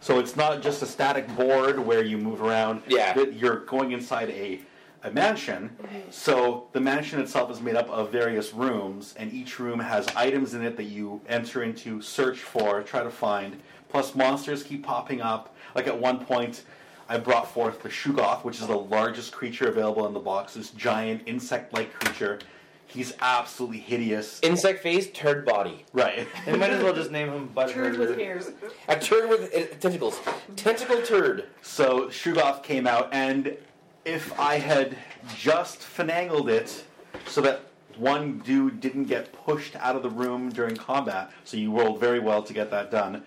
So it's not just a static board where you move around.
Yeah.
But You're going inside a, a mansion. So the mansion itself is made up of various rooms, and each room has items in it that you enter into, search for, try to find. Plus monsters keep popping up. Like at one point, I brought forth the Shugoth, which is the largest creature available in the box. This giant insect-like creature. He's absolutely hideous.
Insect face, turd body.
right.
They might as well just name him Butthurt.
Turd with hairs.
A turd with uh, tentacles. Tentacle turd.
So Shugoth came out, and if I had just finagled it so that one dude didn't get pushed out of the room during combat, so you rolled very well to get that done,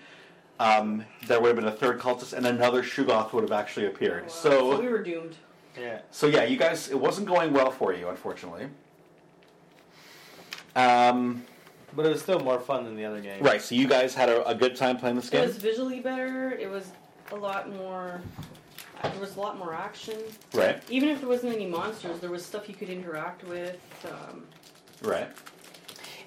um, there would have been a third cultist, and another Shugoth would have actually appeared.
we
So,
were doomed.
Yeah.
so yeah, you guys, it wasn't going well for you, unfortunately. Um,
But it was still more fun than the other game.
Right, so you guys had a, a good time playing this
It
game?
was visually better. It was a lot more. There was a lot more action.
Right,
Even if there wasn't any monsters, there was stuff you could interact with. Um,
right.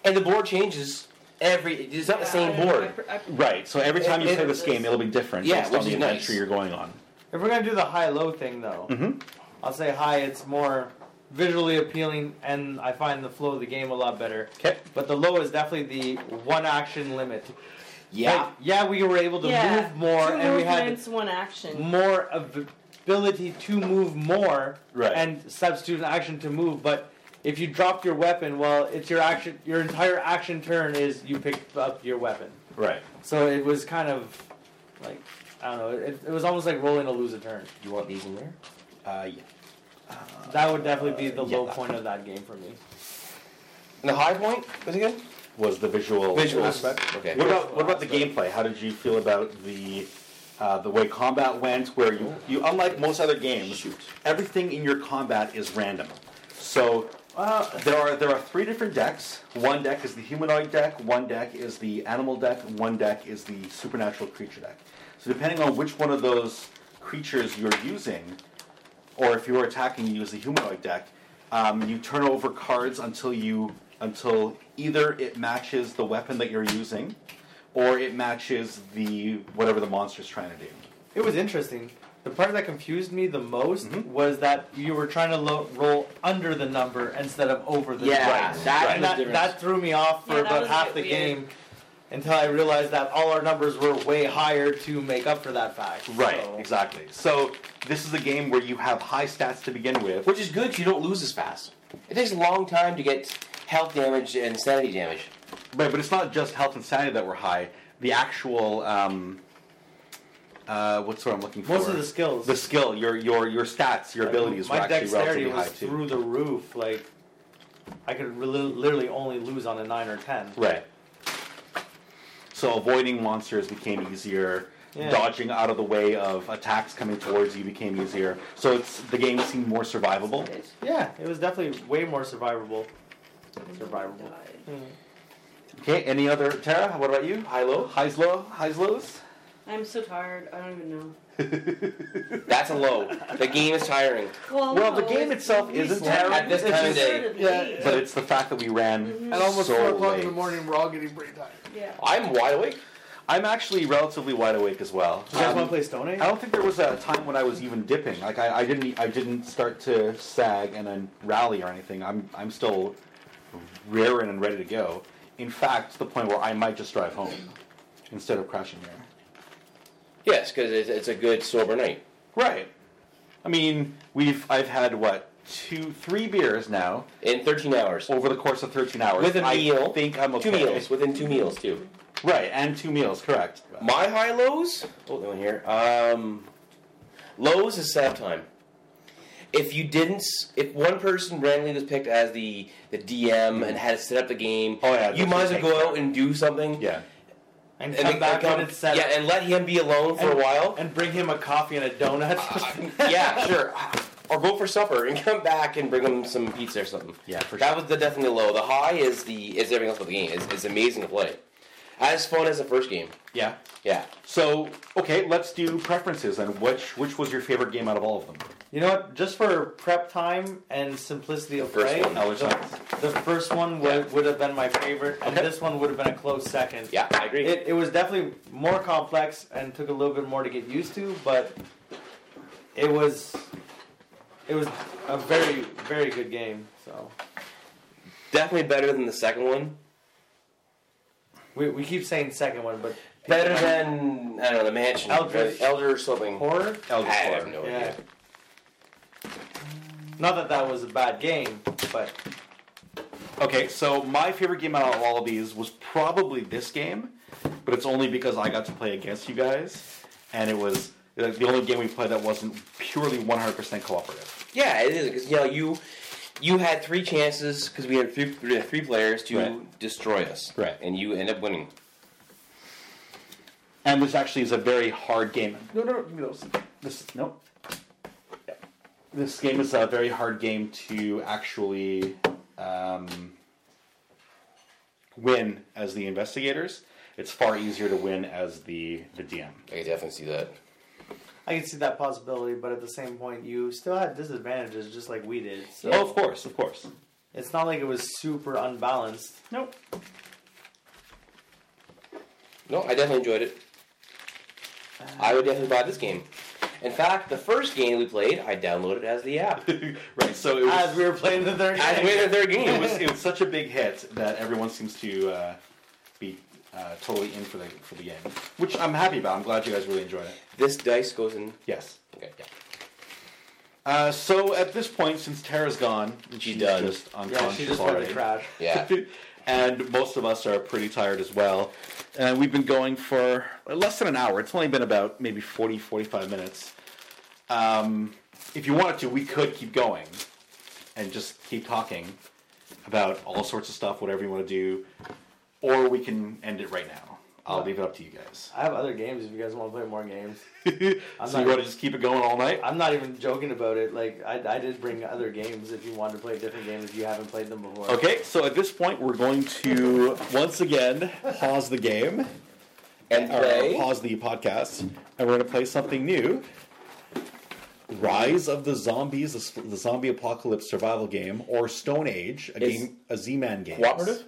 And the board changes every. It's not the
yeah, I
same
don't know,
board.
I, pr- I-
Right, so every time you
It-
play
it-
this game, it'll be different
Yeah,
based
which
on the
is
adventure
nice.
you're going on.
If we're gonna do the high low thing though,
Mhm.
I'll say high. It's more visually appealing, and I find the flow of the game a lot better.
Okay.
But the low is definitely the one action limit.
Yeah.
Like, yeah, we were able to
yeah,
move more,
two
and we had
movements, one action.
more av- ability to move more,
Right.
and substitute an action to move. But if you drop your weapon, well, it's your action. Your entire action turn is you pick up your weapon.
Right.
So it was kind of like I don't know. It, it was almost like rolling to lose a turn.
Do you want these in there?
Uh, yeah.
That would definitely be the
Uh, yeah,
low
that-
point of that game for me.
And the high point was again
Was the visual
visuals.
aspect.
Okay.
What about what about the gameplay? How did you feel about the uh, the way combat went? Where you, you unlike most other games, everything in your combat is random. So
Uh,
there are there are three different decks. One deck is the humanoid deck. One deck is the animal deck. and One deck is the supernatural creature deck. So depending on which one of those creatures you're using, or if you are attacking, you use the humanoid deck. Um, you turn over cards until you until either it matches the weapon that you're using, or it matches the whatever the monster's trying to do.
It was interesting. The part that confused me the most
Mm-hmm.
was that you were trying to lo- roll under the number instead of over the
Yeah,
number.
Right. that
And
was
that,
different.
that threw me off for
Yeah, that
about
was a
half
bit
the
weird.
game until I realized that all our numbers were way higher to make up for that fact.
Right,
So-
exactly. So this is a game where you have high stats to begin with.
Which is good 'cause you don't lose as fast. It takes a long time to get health damage and sanity damage.
Right, but it's not just health and sanity that were high. The actual, um, uh, what's what I'm looking for?
Most of the skills.
The skill, your your your stats, your abilities were
My
actually
dexterity
relatively
was
high too.
through the roof. Like, I could re- literally only lose on a 9 or 10.
Right. So avoiding monsters became easier.
Yeah.
Dodging out of the way of attacks coming towards you became easier. So it's the game seemed more survivable.
Yeah, it was definitely way more survivable. Survivable.
Okay. Any other Tara? What about you? High low. Highs low. Highs lows.
I'm so tired. I don't even know.
That's a low. the game is tiring.
Well,
Well,
no,
the game
it's-
itself
we
isn't
started-
terrible. At
this
we
time of
started
day.
late.
But it's the fact that we ran
Mm-hmm.
Mhm.
At almost
so
four o'clock in the
late.
morning, we're all getting pretty tired.
Yeah.
I'm wide awake.
I'm actually relatively wide awake as well.
You guys
Um,
want to play Stone Age?
I don't think there was a time when I was even dipping. Like I, I didn't I didn't start to sag and then rally or anything. I'm I'm still rearing and ready to go. In fact, to the point where I might just drive home instead of crashing here.
Yes, because it's, it's a good sober night.
Right. I mean, we've I've had what two three beers now
In 13 hours.
over the course of 13 hours.
With a
I
meal.
think I'm okay.
Two meals. Within two meals, too.
Right, and two meals, correct.
My high lows. Hold on here. Um, lows is sap time. If you didn't, s- if one person randomly was picked as the the DM and had to set up the game,
Oh, yeah,
you
that's
might
what
as well
takes
go out
time.
and do something.
yeah.
and
and
come
make-
back
and come-
when it's set
yeah,
up.
and let him be alone for
And-
a while.
and bring him a coffee and a donut.
yeah, sure. Or go for supper and come back and bring him some pizza or something.
Yeah, for
That
sure.
was the definitely low. The high is the is everything else about the game. It's, it's amazing to play. As fun as the first game.
Yeah.
Yeah.
So, okay, let's do preferences and which which was your favorite game out of all of them?
You know what? Just for prep time and simplicity of
first
play,
one.
Oh, which
the, the first one would, would have been my favorite, and
Okay.
this one would have been a close second.
Yeah, I agree.
It, it was definitely more complex and took a little bit more to get used to, but it was it was a very very good game. So
definitely better than the second one.
we, we keep saying second one, but
Better than I don't know the mansion.
Eldritch.
Elder or something.
horror.
I have no
Yeah.
idea.
Not that that was a bad game, but
Okay, so my favorite game out of all of these was probably this game, but it's only because I got to play against you guys, and it was like, the only game we played that wasn't purely 100% cooperative.
Yeah, it is because you know you you had three chances because we had three we had three players to
Right.
destroy us.
Right.
And you end up winning.
And this actually is a very hard game. No, no, no, give me those. This, no. Yeah. This game is a very hard game to actually um, win as the investigators. It's far easier to win as the the DM.
I can definitely see that.
I can see that possibility, but at the same point, you still had disadvantages just like we did. So
Oh, of course, of course.
it's not like it was super unbalanced.
Nope.
No, I definitely enjoyed it. I would definitely buy this game. In fact, the first game we played, I downloaded as the app.
right. So it was,
As we were playing the third
As
game.
we had their game,
it was it was such a big hit that everyone seems to uh, be uh, totally in for the for the game, which I'm happy about. I'm glad you guys really enjoyed it.
this dice goes in.
Yes.
Okay, yeah.
Uh, so at this point, since Tara's gone, and she's
done.
just unconscious
Yeah, she just heard
already.
the crash.
Yeah.
and most of us are pretty tired as well. And we've been going for less than an hour. It's only been about maybe 40, 45 minutes. Um, if you wanted to, we could keep going and just keep talking about all sorts of stuff, whatever you want to do. Or we can end it right now. I'll leave it up to you guys.
I have other games if you guys want to play more games.
so you want to just keep it going all night?
I'm not even joking about it. Like I, I did bring other games if you wanted to play different games if you haven't played them before.
Okay, so at this point, we're going to once again pause the game.
And
or
play.
pause the podcast, and we're going to play something new. Rise of the Zombies, the, sp- the zombie apocalypse survival game, or Stone Age, a
Is
game, a Z-Man game.
Cooperative?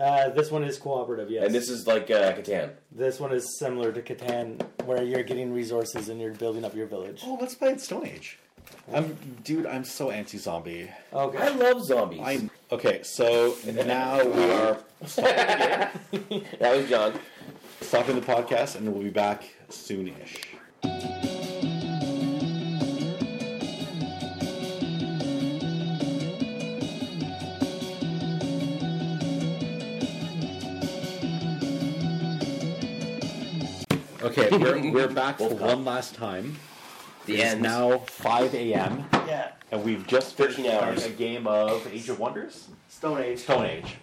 Uh, this one is cooperative, yes.
And this is like uh, Catan.
This one is similar to Catan, where you're getting resources and you're building up your village.
Oh, let's play it Stone Age. I'm, dude, I'm so anti-zombie.
I
Okay.
love zombies.
I'm okay. So now we are
That was John.
stopping the podcast, and we'll be back soonish. Okay, we're, we're back for one last time.
The
It is
end.
now 5 a.m.,
Yeah.
and we've just
13
finished
hours.
a game of Age of Wonders?
Stone Age.
Stone Age,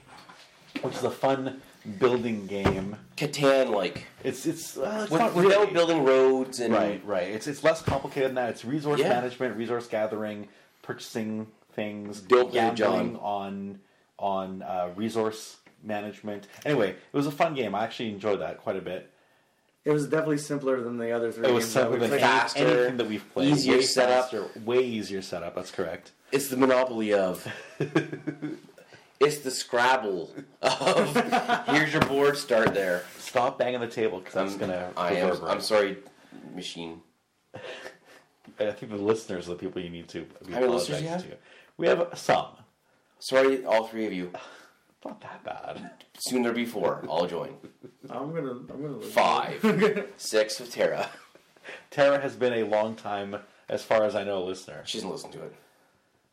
which is a fun building game.
Catan like.
It's, it's, uh, it's
With,
not
without
really-
building roads and.
Right, right. It's it's less complicated than that. It's resource
Yeah.
management, resource gathering, purchasing things,
Dope little
gambling
John.
on on uh, resource management. Anyway, it was a fun game. I actually enjoyed that quite a bit.
It was definitely simpler than the other three
It was
games that we
simpler than
played.
fast.
any-
faster,
anything that we've played.
easier
way
setup.
faster, way easier setup. That's correct.
It's the monopoly of. it's the Scrabble of. Here's your board, start there. Mm,
Stop banging the table because that's gonna
I am,
reverberate.
I'm sorry, machine.
I think the listeners are the people you need to. Be
How many listeners you
apologizing
have?
to. We have some.
Sorry, all three of you.
Not that bad.
Soon there'll be four. I'll join.
I'm gonna, I'm gonna look
Five. Six with Tara.
Tara has been a long time, as far as I know, listener.
She doesn't listen to it.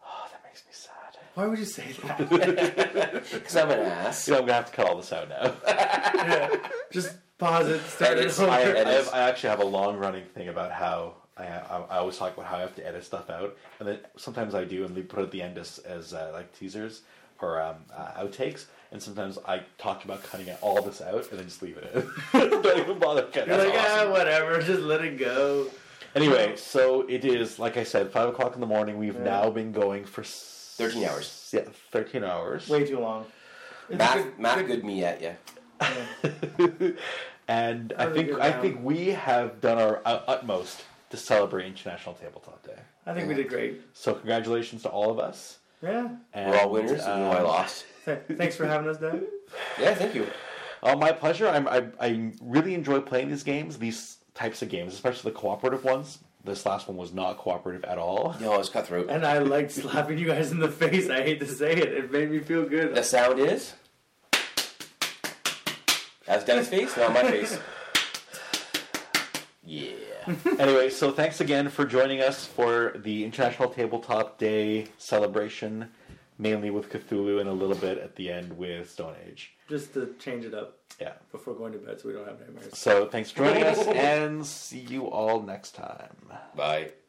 Oh, that makes me sad.
Why would you say that?
Because I'm an ass.
You know, I'm gonna have to cut all this out now.
Just pause it. Start
Edit,
it
I
over.
I, have,
edit.
I actually have a long running thing about how I, I, I always talk about how I have to edit stuff out, and then sometimes I do, and we put it at the end as, as uh, like teasers or um, uh, outtakes. And sometimes I talk about cutting it- all this out and then just leave it in. Don't even bother cutting.
You're
it
like,
out.
ah, whatever. Just let it go.
Anyway, so it is like I said, five o'clock in the morning. We've now been going for s-
13 hours.
Yeah, thirteen hours.
Way too long.
Matt, Matt, good me at ya.
and I
Really
think
good
I
round.
think we have done our ut- utmost to celebrate International Tabletop Day.
I think we did great.
So congratulations to all of us.
Yeah.
And,
We're all winners, even though I
um,
lost.
Th- Thanks for having us, Dad.
uh, Yeah, thank you.
Oh, my pleasure. I'm, I I really enjoy playing these games, these types of games, especially the cooperative ones. This last one was not cooperative at all.
No, it's cutthroat.
And I liked slapping you guys in the face. I hate to say it. It made me feel good.
The sound is. That's Dennis' face, not my face. Yeah.
anyway, so thanks again for joining us for the International Tabletop Day celebration, mainly with Cthulhu and a little bit at the end with Stone Age.
Just to change it up
Yeah.
before going to bed so we don't have nightmares.
So thanks for joining us, and see you all next time.
Bye.